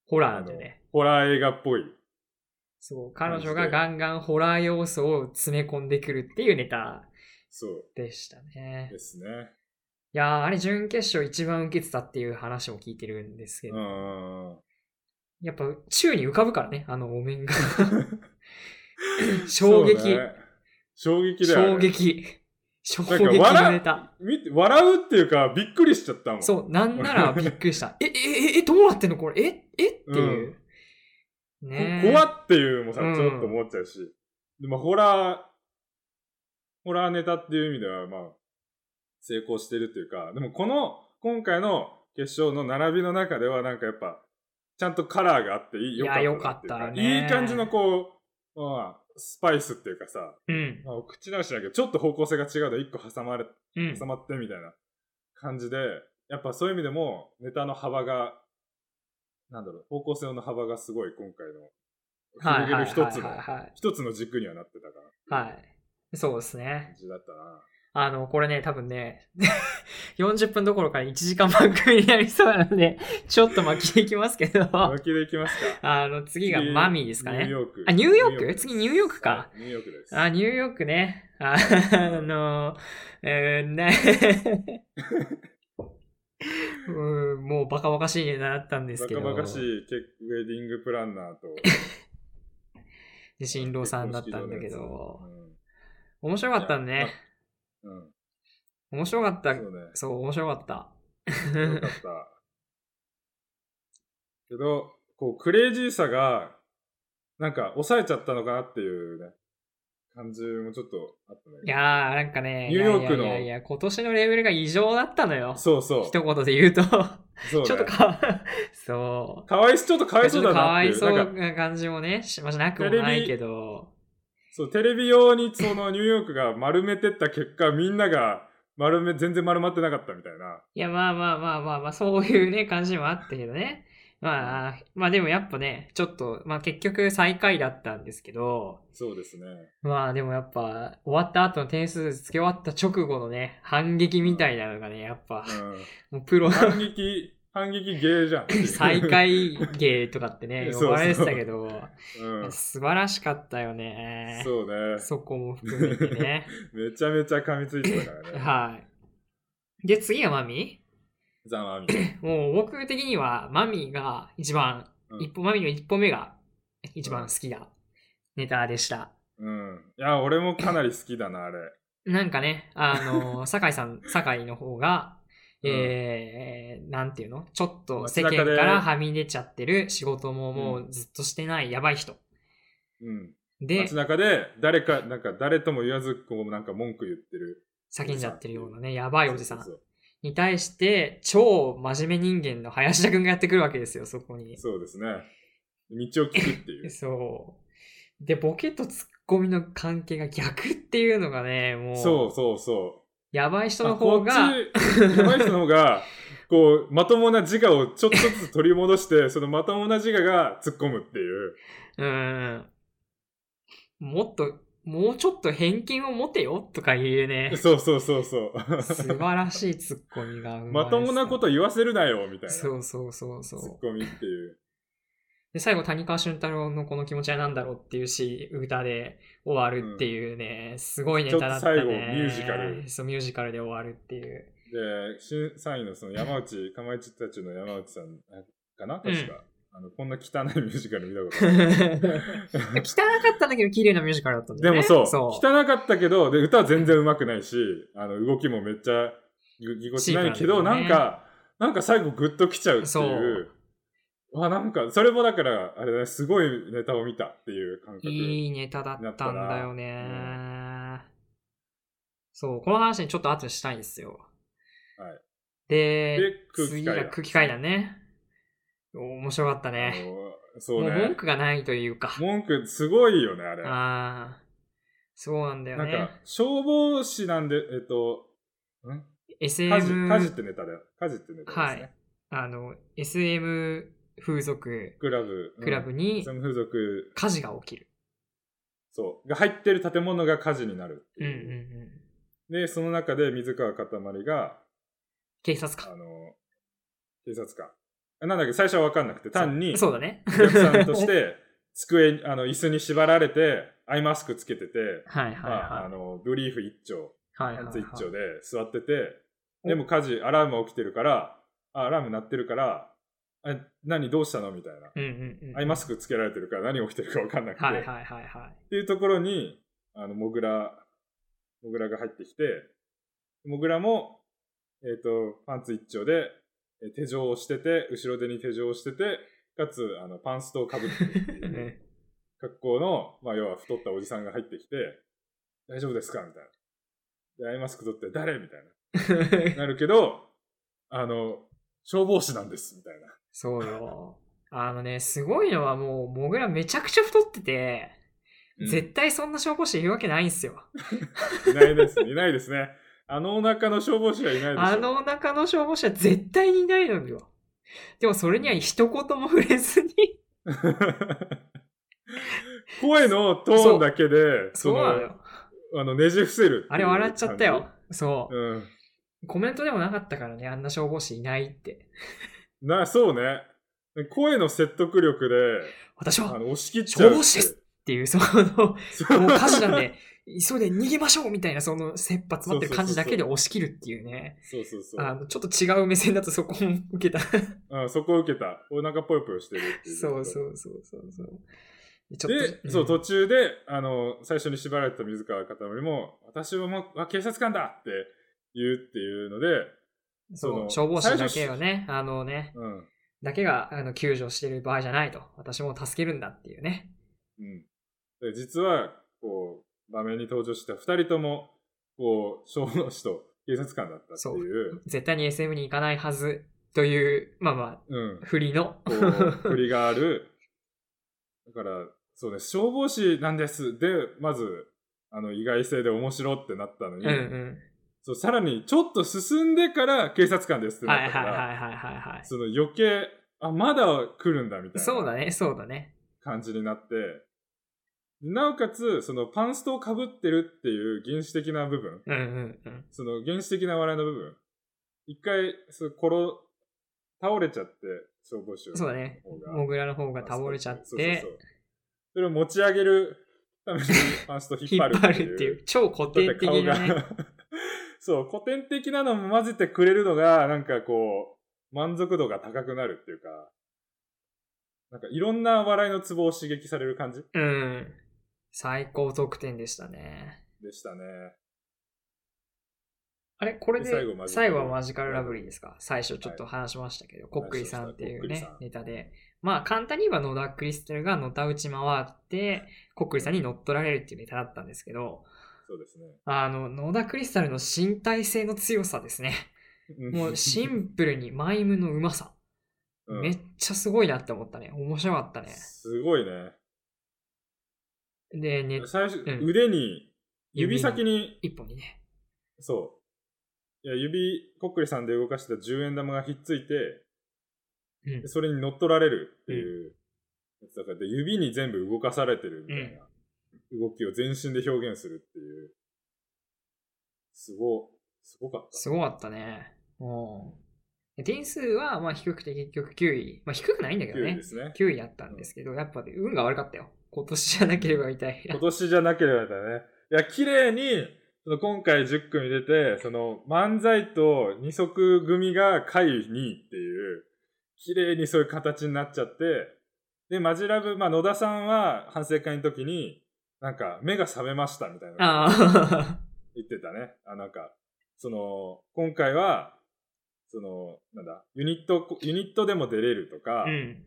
B: ホラーなんだよね。
A: ホラー映画っぽい。
B: そう、彼女がガンガンホラー要素を詰め込んでくるっていうネタ
A: そう
B: でしたね
A: で。すね。
B: いやー、あれ準決勝一番受けてたっていう話も聞いてるんですけ
A: う
B: ど、
A: ん。
B: やっぱ宙に浮かぶからね、あのお 面が。衝撃、
A: そうね衝撃だ
B: 衝
A: よ、ね。
B: 撃、衝
A: なん
B: 撃
A: か
B: のネタ。
A: 見て笑うっていうか、びっくりしちゃったもん。
B: そう、なんならびっくり した。え、え、え、え、どうなってんのこれ、え、えっていう。
A: こ
B: ね
A: 怖っていうのもさ、
B: うん
A: ちょっと思っちゃうし。でも、ホラー、ホラーネタっていう意味では、まあ、成功してるっていうか、でもこの、今回の決勝の並びの中では、なんかやっぱ、ちゃんとカラーがあってい
B: い
A: い、
B: や
A: よかったなてい
B: よかっ
A: う
B: たね
A: いい感じのこう、まあ、スパイスっていうかさ、
B: うん。
A: まあ、口直しだけど、ちょっと方向性が違うと一個挟まれ
B: うん
A: 挟。まってみたいな感じで、やっぱそういう意味でもネタの幅が、なんだろう、方向性の幅がすごい今回の、
B: はい
A: 広げる一つの
B: はい、はいはい
A: 一つの軸にはなってたか
B: はい
A: ら、
B: はい。そうですね
A: 感。じだったな。
B: あの、これね、多分ね、40分どころか1時間番組になりそうなので、ちょっと巻きでいきますけど、
A: 浮気でいきますか。
B: あの、次がマミーですか
A: ニュー
B: ね。
A: ヨーク。
B: あニューヨーク
A: です
B: 次ニューヨークか
A: はいニューヨークです。
B: あ、ニューヨークね。ああの、えー、ね。うん、もうバカバカしいネタだったんですけど。
A: バカバカしい結ウェディングプランナーと。
B: で 新郎さんだったんだけど
A: 結婚式場。のやつ。
B: 面白かったね。
A: うん。うん
B: 面白かった。
A: そうね。
B: そう、面白かった。
A: よかった。けど、こう、クレイジーさが、なんか、抑えちゃったのかなっていうね、感じもちょっとあったね。
B: いやー、なんかね、
A: ニューヨークの
B: いやいやいや、今年のレベルが異常だったのよ。
A: そうそう。
B: 一言で言うと、
A: そうね
B: ちょっとか、 そう。
A: かわいそう、ちょっとかわいそうだ
B: ちょっとか
A: なっ
B: わ
A: て
B: い
A: いう。
B: そ
A: なん
B: う
A: か、
B: な感じもね、しましなくもないけど、
A: そう、テレビ用に、その、ニューヨークが丸めてった結果、みんなが、丸め、全然丸まってなかったみたいな。
B: いや、まあまあまあまあまあ、そういうね、感じもあったけどね。まあ、まあでもやっぱね、ちょっと、まあ結局最下位だったんですけど、
A: そうですね。
B: まあでもやっぱ、終わった後の点数つけ終わった直後のね、反撃みたいなのがね、やっぱ、もうプ
A: う
B: ロ
A: ん。
B: の
A: 反撃、反撃ゲーじゃんって いう。
B: 最下位芸とかってね、
A: そうそ
B: 呼
A: う
B: ばれてたけど、
A: うん。
B: 素晴らしかったよね。
A: そうね。
B: そこも含めてね。
A: めちゃめちゃ噛みついてた からね。
B: はい。で、次はマミ
A: ざまあみたいな
B: もう僕的にはマミが一番、
A: うん
B: 一歩、マミの一歩目が一番好きなネタでした。
A: うん。いや、俺もかなり好きだな、あれ。
B: なんかね、あ の、酒井さん、酒井の方が、えーなんていうのちょっと世間からはみ出ちゃってる仕事ももうずっとしてないやばい人。
A: うん。
B: で
A: 街、中で、誰か、なんか誰とも言わず、こう、なんか文句言ってる。
B: 叫んじゃってるようなね、やばいおじさ
A: そ
B: ん
A: う
B: に対して、超真面目人間の林田くんがやってくるわけですよ、そこに。
A: そうそうそうですね。道を聞くっていう。
B: そう。で、ボケとツッコミの関係が逆っていうのがね、 もう、
A: そうそうそ
B: やばい人
A: う。
B: の方が、
A: あこっち、やばい人の 方が、こう、まともな自我をちょっとずつ取り戻して、そのまともな自我が突っ込むっていう。
B: うん。もっと、もうちょっと偏見を持てよとかいうね、
A: そうそうそうそう。
B: 素晴らしいツッコミが
A: まともなことと言わせるなよ、みたいな。
B: そうそうそうそ
A: 突っ
B: う。
A: 込みっていう。
B: で、最後、谷川俊太郎のこの気持ちは何だろうっていうし、歌で終わるっていうね、すごいネタだったね。
A: ちょっと最後ミュージカル
B: そう、ミュージカルで終わるって いう。
A: で、審査員のその山内、かまいちたちの山内さんかな確か、あの。こんな汚いミュージカル見たことない。
B: 汚 かったんだけど、綺麗なミュージカルだったんだ
A: で
B: よね。
A: もそう
B: そ
A: 汚かったけど、で、歌は全然上手くないし、あの、動きもめっちゃぎぎこちないけど、
B: シークな
A: な
B: んだよね
A: んか、なんか最後グッときちゃうって
B: そ
A: いう
B: う。
A: わ、なんか、それもだから、あれだね、すごいネタを見たっていう感覚。
B: いいネタだったんだよ
A: な
B: ね
A: った。
B: そう、この話にちょっと後にしたいんですよ。
A: はい
B: で
A: で、空気
B: 次
A: 階
B: が
A: 段
B: 空気階段ね。お面白かった
A: あ
B: ね。
A: のそう
B: もう文
A: ね。
B: 句がないというか。
A: 文句すごいよね、あれ。
B: ああ、そうなんだよ
A: なん
B: ね。
A: か、消防士なんで、えっと、ん火事、
B: SM、
A: 火事ってネタだよ。火事ってネタですね。
B: はいあの、SM 風俗、
A: クラブ。うん
B: クラブに
A: その風俗、
B: 火事が起きる。
A: そう。が入ってる建物が火事になるって
B: うんうんう。
A: いうんで、その中で水川かたまりが、
B: 警察官。
A: あの、警察官。あなんだっけ、最初は分かんなくて、単に、
B: そうそうだね。
A: お客さんとして、机に、あの、椅子に縛られて、アイマスクつけてて、
B: はいはい
A: まあ、あ
B: は
A: の、ブリーフ一丁、
B: い。はい
A: パ
B: はい
A: ン
B: は
A: ツ
B: い
A: 一丁で座ってて、
B: お
A: でも火事、アラーム起きてるから、あアラーム鳴ってるから、え、何どうしたのみたいな。
B: うんうんうん。
A: アイマスクつけられてるから何起きてるか分かんなくて、
B: はいはいはいはい。
A: っていうところに、あの、モグラ、モグラが入ってきて、モグラも、えっ、と、パンツ一丁で、えー手錠をしてて、後ろ手に手錠をしてて、かつ、あの、パンストをかぶってるって いう格好の、まあ、要は太ったおじさんが入ってきて、大丈夫ですかみたいな。で、アイマスク取って、誰みたいな。なるけど、あの、消防士なんです、みたいな。
B: そうよ。あのね、すごいのはもう、モグラめちゃくちゃ太ってて、絶対そんな消防士いるわけないんすよ。
A: いないです。いないですね。あのお腹の消防士はいないです
B: あのお腹の消防士は絶対にいないのよ。でもそれには一言も触れず に。
A: 声のトーンだけで、
B: そうなのよ。
A: あのねじ伏せるていう
B: あれ笑っちゃったよ。そう
A: 感じ。。うん。
B: コメントでもなかったからね、あんな消防士いないって。
A: な、そうね。声の説得力で、
B: 私
A: あ
B: は
A: の、押し切っちゃ
B: 消
A: うっていう。
B: 防士ですっていう、その、
A: そう
B: もう火事なんで、急いで逃げましょうみたいな、その切羽詰まってる感じだけで
A: そう
B: 押し切るっていうね。
A: そうそうそう。
B: あの、ちょっと違う目線だとそこも受 けた。
A: うんそこを受けた。お腹ぽよぽよしてるっていう。
B: そうそうそうそうそう。ち
A: で、
B: ん
A: そう、途中で、あの、最初に縛られた水川かたまりも、私はもう、あ警察官だって言うっていうので、
B: そう
A: その
B: 消防士だけよね、あのね、
A: うん。
B: だけがあの救助してる場合じゃないと。私も助けるんだっていうね。
A: うん、で実はこう場面に登場した2人ともこう消防士と警察官だったっていう
B: 絶対に SM に行かないはずという、まあま
A: う、ん、
B: あ、振りの。
A: こう振りがある だからそうです消防士なんですでまずあの意外性で面白ってなったの
B: う
A: に、
B: んうん。
A: そうさらにちょっと進んでから警察官ですって
B: はいは
A: なっ
B: い
A: たか
B: はい
A: ら、
B: はいはいはい。
A: その余計あまだ来るんだみたい
B: そう
A: な
B: だね、そうだね。
A: 感じになって、なおかつそのパンストをかぶってるっていう原始的な部分
B: うんうんうん。
A: その原始的な笑いの部分。一回、その転、倒れちゃって、消防士の
B: そうだね
A: 方が
B: モグラの方が倒れちゃっ
A: そうそう
B: て
A: そ、うそれを持ち上げるために、パンスト引っ
B: 引
A: 張
B: っ
A: る
B: 張るっていう、超固定的な
A: だっ
B: ね。
A: て顔が そう、古典的なのも混ぜてくれるのが、なんかこう、満足度が高くなるっていうか、なんかいろんな笑いのツボを刺激される感じ
B: うん。最高得点でしたね。
A: でしたね。
B: あれこれで
A: で最後マジカル
B: 最後はマジカルラブリーですか最初ちょっと話しましたけど、コックリさんっていう
A: 話しま
B: ね
A: した、
B: ネタで。まあ簡単に言えば野田クリステルがのたうち回って、コックリさんに乗っ取られるっていうネタだったんですけど、
A: そうですね。
B: あの、野田クリスタルの身体性の強さです ね。もうシンプルにマイムのうまさ。
A: うん
B: めっちゃすごいなって思ったね。面白かったね。
A: すごいね。
B: で、ね、
A: 最初、
B: うん
A: 腕に、指先に、
B: 一本にね。
A: そう。いや、指、コックリさんで動かしてた10円玉がひっついて、
B: うん
A: でそれに乗っ取られるっていうやつだから、で指に全部動かされてるみたいな動きを全身で表現するっていう。すご、すごかった。
B: すごかったね。うん。で点数はまあ低くて結局9位。まあ低くないんだけど
A: 9位
B: ね
A: で。すね。
B: 9位だったんですけど、やっぱね運が悪かったよ。今年じゃなければみたいな
A: 今。年じゃなければだね。いや、綺麗に、その今回10組出て、その漫才と二足組が下位2位っていう、綺麗にそういう形になっちゃって、で、マジラブ、まあ野田さんは反省会の時に、なんか目が覚めましたみたい な
B: ああ。
A: 言ってたね。あ、なんか、その、今回は、その、なんだ、ユニット、ユニットでも出れるとか、
B: うん。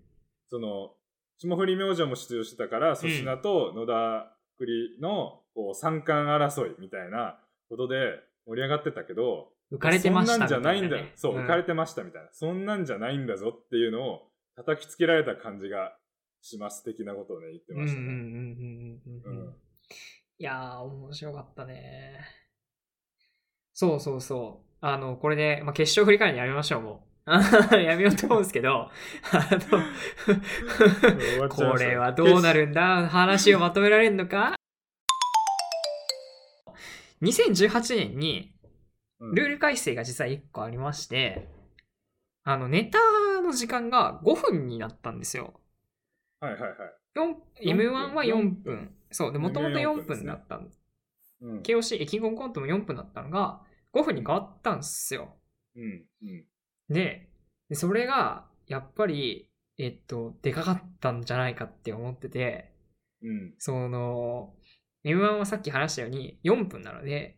A: その、霜降り明星も出場してたから、粗品と野田栗のこう三冠争いみたいなことで盛り上がってたけど、
B: 浮かれてまし
A: そんな
B: た
A: んじゃないんだよ
B: みた。
A: そう、浮かれ
B: て
A: てましたみたいな。そんなんじゃないんだぞっていうのを叩きつけられた感じがします的なことをね、言って
B: うんう
A: ま
B: ん
A: し
B: う
A: たね。
B: んうんうんう
A: う
B: ん。
A: ん
B: いやー、面白かったね。そうそうそう。あの、これで、まあ、決勝振り返るのやめましょう、もう。 やめようと思うんですけど、あの、
A: 終 わっちゃい
B: こ
A: ました
B: れはどうなるんだ話をまとめられるのか 2018年に
A: うん
B: ルール改正が実は1個ありまして、あの、ネタの時間が5分になったんですよ。
A: はいはいはい。
B: 4
A: 四分
B: M1 は4分。そう、で、もともと
A: M1
B: 4
A: 4分
B: 分だったん
A: うん。
B: KOC、エキングオンコントも4分だったのが、5分に変わったんすよ。
A: うん。うん。
B: で、でそれが、やっぱり、えっと、でかかったんじゃないかって思ってて、
A: うん。
B: その、M1 はさっき話したように4分なので、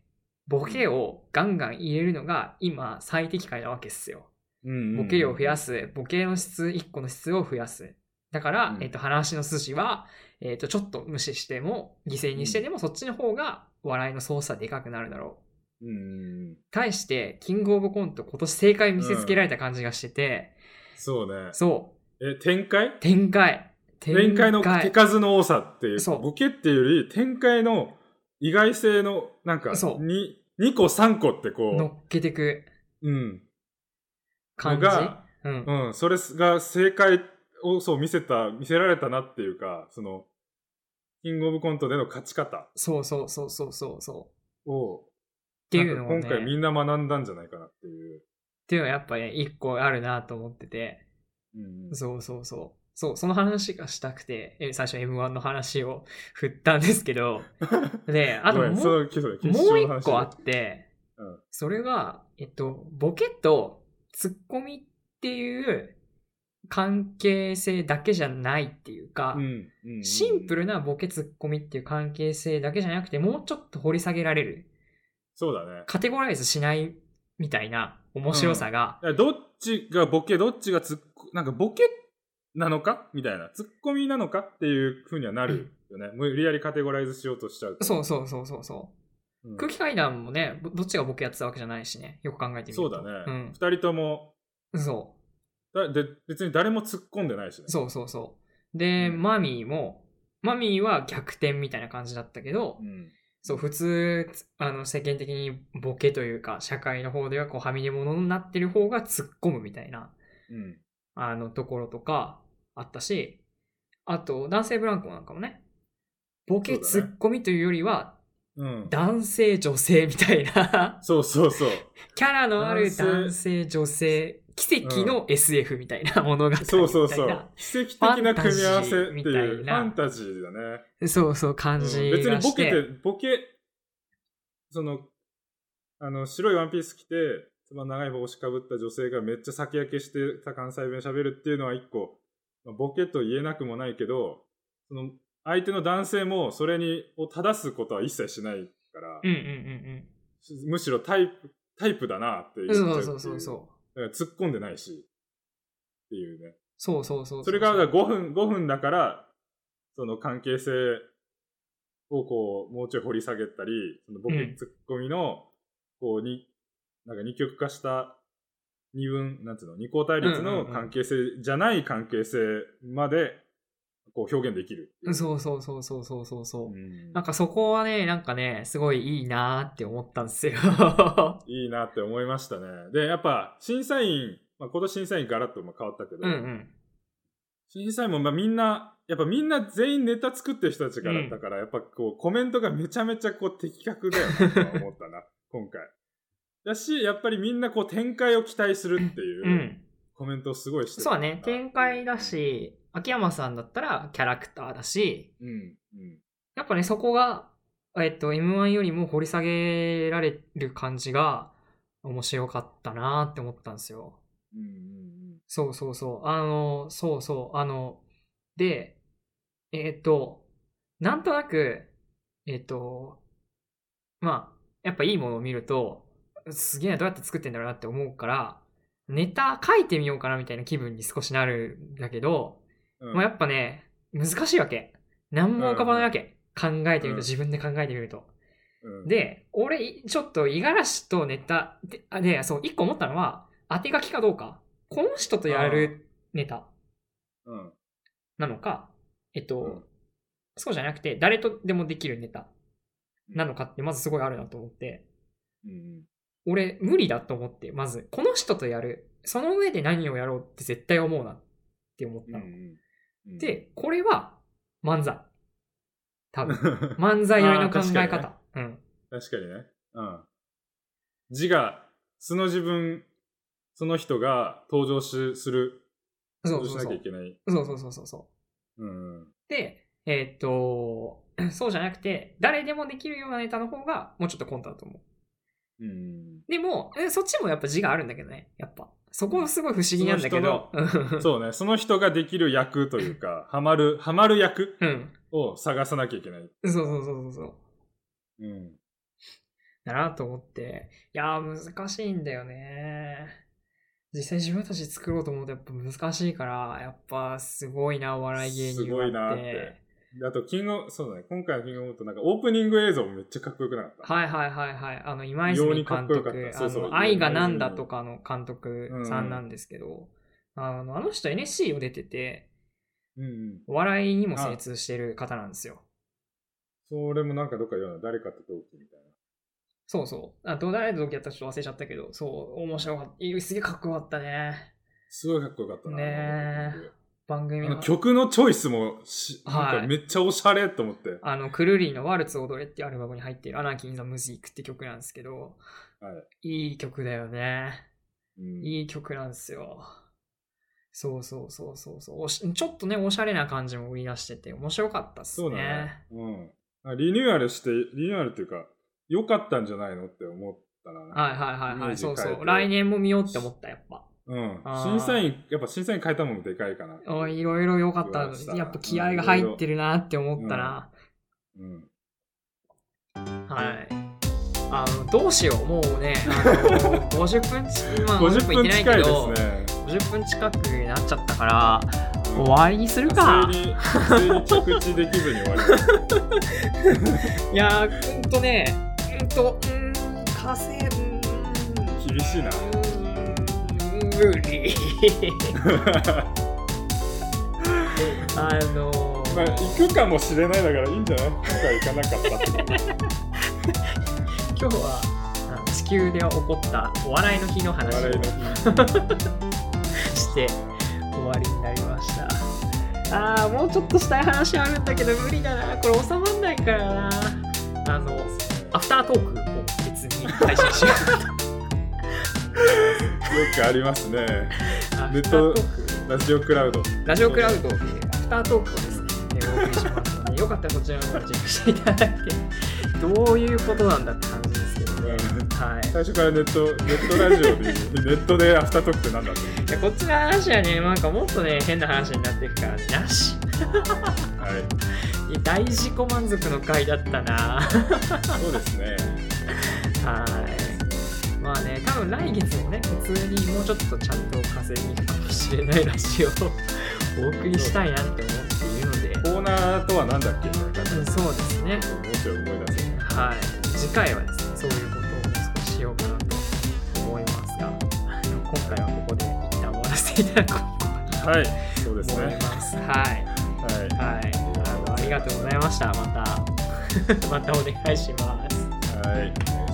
B: ボケをガンガン入れるのが今最適解なわけっすよ。
A: うん
B: ボケを増や
A: す。
B: す、ボケの質、1個の質を増やす。だから、
A: うん
B: えっと、話の筋は、えっと、ちょっと無視しても、犠牲にしてでも、そっちの方が笑いの操作でかくなるだろう。
A: うんうんうん。
B: 対して、キングオブコント今年正解見せつけられた感じがしてて、
A: そうね。
B: そ
A: え、展開
B: う、展開。
A: 展開の手数の多さっていう、
B: そう
A: ボケっていうより展開の意外性の、なんか、
B: そう
A: に2個3個って
B: 乗
A: こ
B: っけてく
A: う、うん。
B: 感じ。
A: が、
B: うん。
A: うん、それが正解をそう見せた、見せられたなっていうか、その、キングオブコントでの勝ち方
B: そうそうそうそうそうそう。っ
A: を、って
B: いうのをね、っ
A: 今回みんな学んだんじゃないかなっていう。
B: ていうのはやっぱね、一個あるなと思ってて、
A: うん、
B: そうそうそう。そう、その話がしたくて、え最初 M1 の話を振ったんですけ ど、で、あと
A: ご
B: も
A: めん
B: う
A: そのそう決
B: もう
A: 勝の話
B: 一個あって、
A: うん
B: それが、えっと、ボケとツッコミっていう関係性だけじゃないっていうか、
A: うんうん、
B: シンプルなボケツッコミっていう関係性だけじゃなくて、もうちょっと掘り下げられる。
A: そうだね。
B: カテゴライズしないみたいな面白さが、
A: だからどっちがボケ、どっちがツッコ、なんかボケなのかみたいな、ツッコミなのかっていうふうにはなるよね。無理やりカテゴライズしようとしちゃうと。
B: そうそうそうそうそう。
A: うん
B: 空気階段もね、どどっちがボケやってたわけじゃないしね、よく考えてみる
A: そ
B: と。
A: うだね。二、人とも、
B: うん。そう。
A: だで別に誰も突っ込んでないしね。
B: そうそうそう。で、
A: うん
B: マミーも、マミーは逆転みたいな感じだったけど、
A: うん。
B: そう、普通、つあの、世間的にボケというか、社会の方ではこう、はみ出物になってる方が突っ込むみたいな、
A: うん。
B: あの、ところとか、あったし、あと、男性ブランコなんかもね、ボケ
A: そうだ
B: ツ
A: ね
B: ッコミというよりは、
A: うん。
B: 男性女性みたいな、
A: そうそうそう。
B: キャラのある
A: 男性
B: 男性女性、奇跡の SF みたいな 物語みたいな。
A: そうそうそう。奇跡的な組み合わせ
B: ファンタ
A: って
B: ジー
A: いう
B: み
A: フ
B: たいな
A: ァンタジーだね。
B: そうそう、感じがして、
A: うん別にボケて、ボケ、その、あの、白いワンピース着て、まあ長い帽子かぶった女性がめっちゃ酒焼けしてた関西弁喋るっていうのは一個、まあボケと言えなくもないけど、その、相手の男性もそれに、を正すことは一切しないから、
B: うんうんうん
A: むしろタイプ、タイプだなっていう
B: うん。そうそうそうそう
A: う。。だから突っ込んでないし、っていうね。
B: そうそうそうう。
A: それが5分、5分だから、その関係性をこう、もうちょい掘り下げたり、そのボ
B: う
A: ケ
B: ん
A: ツッコミの、こう、に、なんか二極化した二分、なんつうの、二項対立
B: うんう
A: の
B: んうん
A: 関係性じゃない関係性まで、こう表現できるってい
B: そうそうそうそうそうそうそうう。
A: ん
B: なんかそこはね、なんかね、すごいいいなーって思ったん ですよ。
A: いいなって思いましたね。で、やっぱ、審査員、まあ、今年審査員ガラッとまあ変わったけど、
B: うんうん。。
A: 審査員もまあみんな、やっぱみんな全員ネタ作ってる人たちからだから、やっぱこうコメントがめちゃめちゃこう的確だよなとは思ったな、今回。だし、やっぱりみんなこう展開を期待するっていううんコメントをすごいして
B: そうだね、展開だ。し、秋山さんだったらキャラクターだし、
A: うん、うん。
B: やっぱね、そこが、えっと、M1 よりも掘り下げられる感じが面白かったなーって思ったんですよ。
A: うんうん
B: そうそうそう。あの、そうそう。あの、で、えーっと、なんとなく、えーっと、まあ、やっぱいいものを見ると、すげえな、どうやって作ってんだろうなって思うから、ネタ書いてみようかなみたいな気分に少しなるんだけど、
A: うん、うん。
B: まあやっぱね、難しいわけ。何も浮かばないわけ。考えてみると、
A: うん
B: 自分で考えてみると。
A: うん、
B: で、俺、いちょっと、五十嵐とネタ、で、あでそう、一個思ったのは、当て書きかどうか。この人とやるネタ
A: うん、
B: なのか、えっと、
A: うん
B: そうじゃなくて、誰とでもできるネタなのかって、まずすごいあるなと思って、
A: うん。
B: 俺、無理だと思って、まず、この人とやる、その上で何をやろうって絶対思うなって思っ
A: うん
B: たの。
A: うん、
B: で、これは漫才。多
A: うん、
B: 分。漫才寄りの
A: あー
B: 考
A: 確か
B: え
A: にね
B: 方。うん。
A: 確かにね。うん。字が、素の自分、その人が登場しする、
B: そ
A: 登
B: う
A: 場
B: そ
A: し
B: うそ
A: なきゃ
B: う
A: い。けない。
B: そうそうそうそうそう。
A: うん。
B: で、えーっと、 そうじゃなくて、誰でもできるようなネタの方が、もうちょっとコントだと思
A: うん。
B: う。でも、うんそっちもやっぱ字があるんだけどね。やっぱ。そこすごい不思議なんだけど。
A: そうね、その人ができる役とい うか、ハマる、ハマる役
B: うん。
A: を探さなきゃいけない。
B: そうそうそうそうそう。
A: うん。
B: だなと思って。いやー、難しいんだよね。実際自分たち作ろうと思うとやっぱ難しいから、やっぱすごいな、お笑い芸人は
A: すごいなって。あと、キングオ、そうだね、今回のキングオブコントなんかオープニング映像もめっちゃかっこよくなかった。
B: はいはいはいはい。あの、今
A: 非常
B: 泉
A: にか
B: 監
A: っこよかった
B: 督、
A: そうそう
B: あの、愛がなんだとかの監督さん
A: うん
B: なんですけど、あの、あの人 NSC を出てて、
A: うんうん。
B: お笑いにも精通してる方なんですよ。
A: それもなんかどっか言うの、誰かと同期みたい
B: そうそう。あ、どう誰の時やったかちょっと忘れちゃったけど、そう、面白かったいや。すげえかっこよかったね。
A: な。すごいかっこよかったな。
B: ねえ番組
A: あ
B: の
A: の。曲のチョイスもし、
B: はい
A: なんかめっちゃおしゃれと思って。
B: あの、クルリーのワルツ踊れっていうアルバムに入ってるアナキン・ザ・ムジークって曲なんですけど、、
A: はい
B: い曲だよね。
A: うん
B: いい曲なんですよ。そうそうそうそうそうおし。ちょっとね、おしゃれな感じも売り出してて、面白かったっす
A: そうだね
B: ね。。
A: うんあ。リニューアルして、リニューアルっていうか、良かったんじゃないのって思ったな。
B: はいはいはい
A: イメ
B: は
A: ー
B: い。
A: ジ変
B: そ
A: え
B: う
A: て
B: そう。来年も見ようって思った、やっぱ。
A: うん。
B: あー
A: 審査員、やっぱ審査員変えたものでかいかな。
B: おいいろいろ良かっ
A: 良かった
B: た。
A: な
B: やっぱ気合が入ってるなって思ったな。
A: うん。
B: はい。あの、どうしよう。もうね、あ の50分ち、今
A: 50
B: 50分いって
A: 分
B: な
A: 近
B: いけ
A: いで
B: ど、
A: すね。
B: 50分近くになっちゃったから、
A: うん
B: 終わりにするか
A: 普。通に、普通に着地できずに終わりました。
B: いやー、うんとね、うんと、うーん、稼い、うーん
A: 厳しいな。
B: う ーん無理。あのー
A: まあ、行くかもしれないだからいいんじゃない今回行かなかったってこと。
B: 今日はあの地球で起こったお笑いの日の話
A: 笑い
B: を
A: の日。
B: して終わりになりました。あーもうちょっとしたい話あるんだけど無理だなこれ収まんないからなあのアフタートークを別に配信しよ
A: よくありますね。
B: うア フ
A: ネ
B: ター
A: ット
B: トーク
A: ラジオクラウド。
B: ラジオクラウドでアフタートークをですね、えーお送りしますので、よかったらそちらの方もチェックしていただいて、どういうことなんだって感じですけどね。はい。
A: 最初からネット、ネットラジオでいい、ネットでアフタートークってなんだって。
B: いやこっちの話はね、なんかもっとね、変な話になっていくからね、なし。
A: はい。
B: いや大自己満足の回だった な。
A: そうですね。
B: はい。まあね、多分来月もね、普通にもうちょっとちゃんと稼ぎかもしれないラジ オをお送りしたいなって思っているので、
A: コーナーとはなんだっけみたいな感じ
B: うんそうですね。
A: もうちょい思い出せない。
B: はい、次回はですねそういうことを少ししようかなと思いますがあの今回はここで一旦終わらせていただこうと
A: はい。そうです
B: 思い
A: ね。
B: ます。はい、
A: はい。
B: はい、あのありがとうございました。また またお願いします。
A: はい。お願いします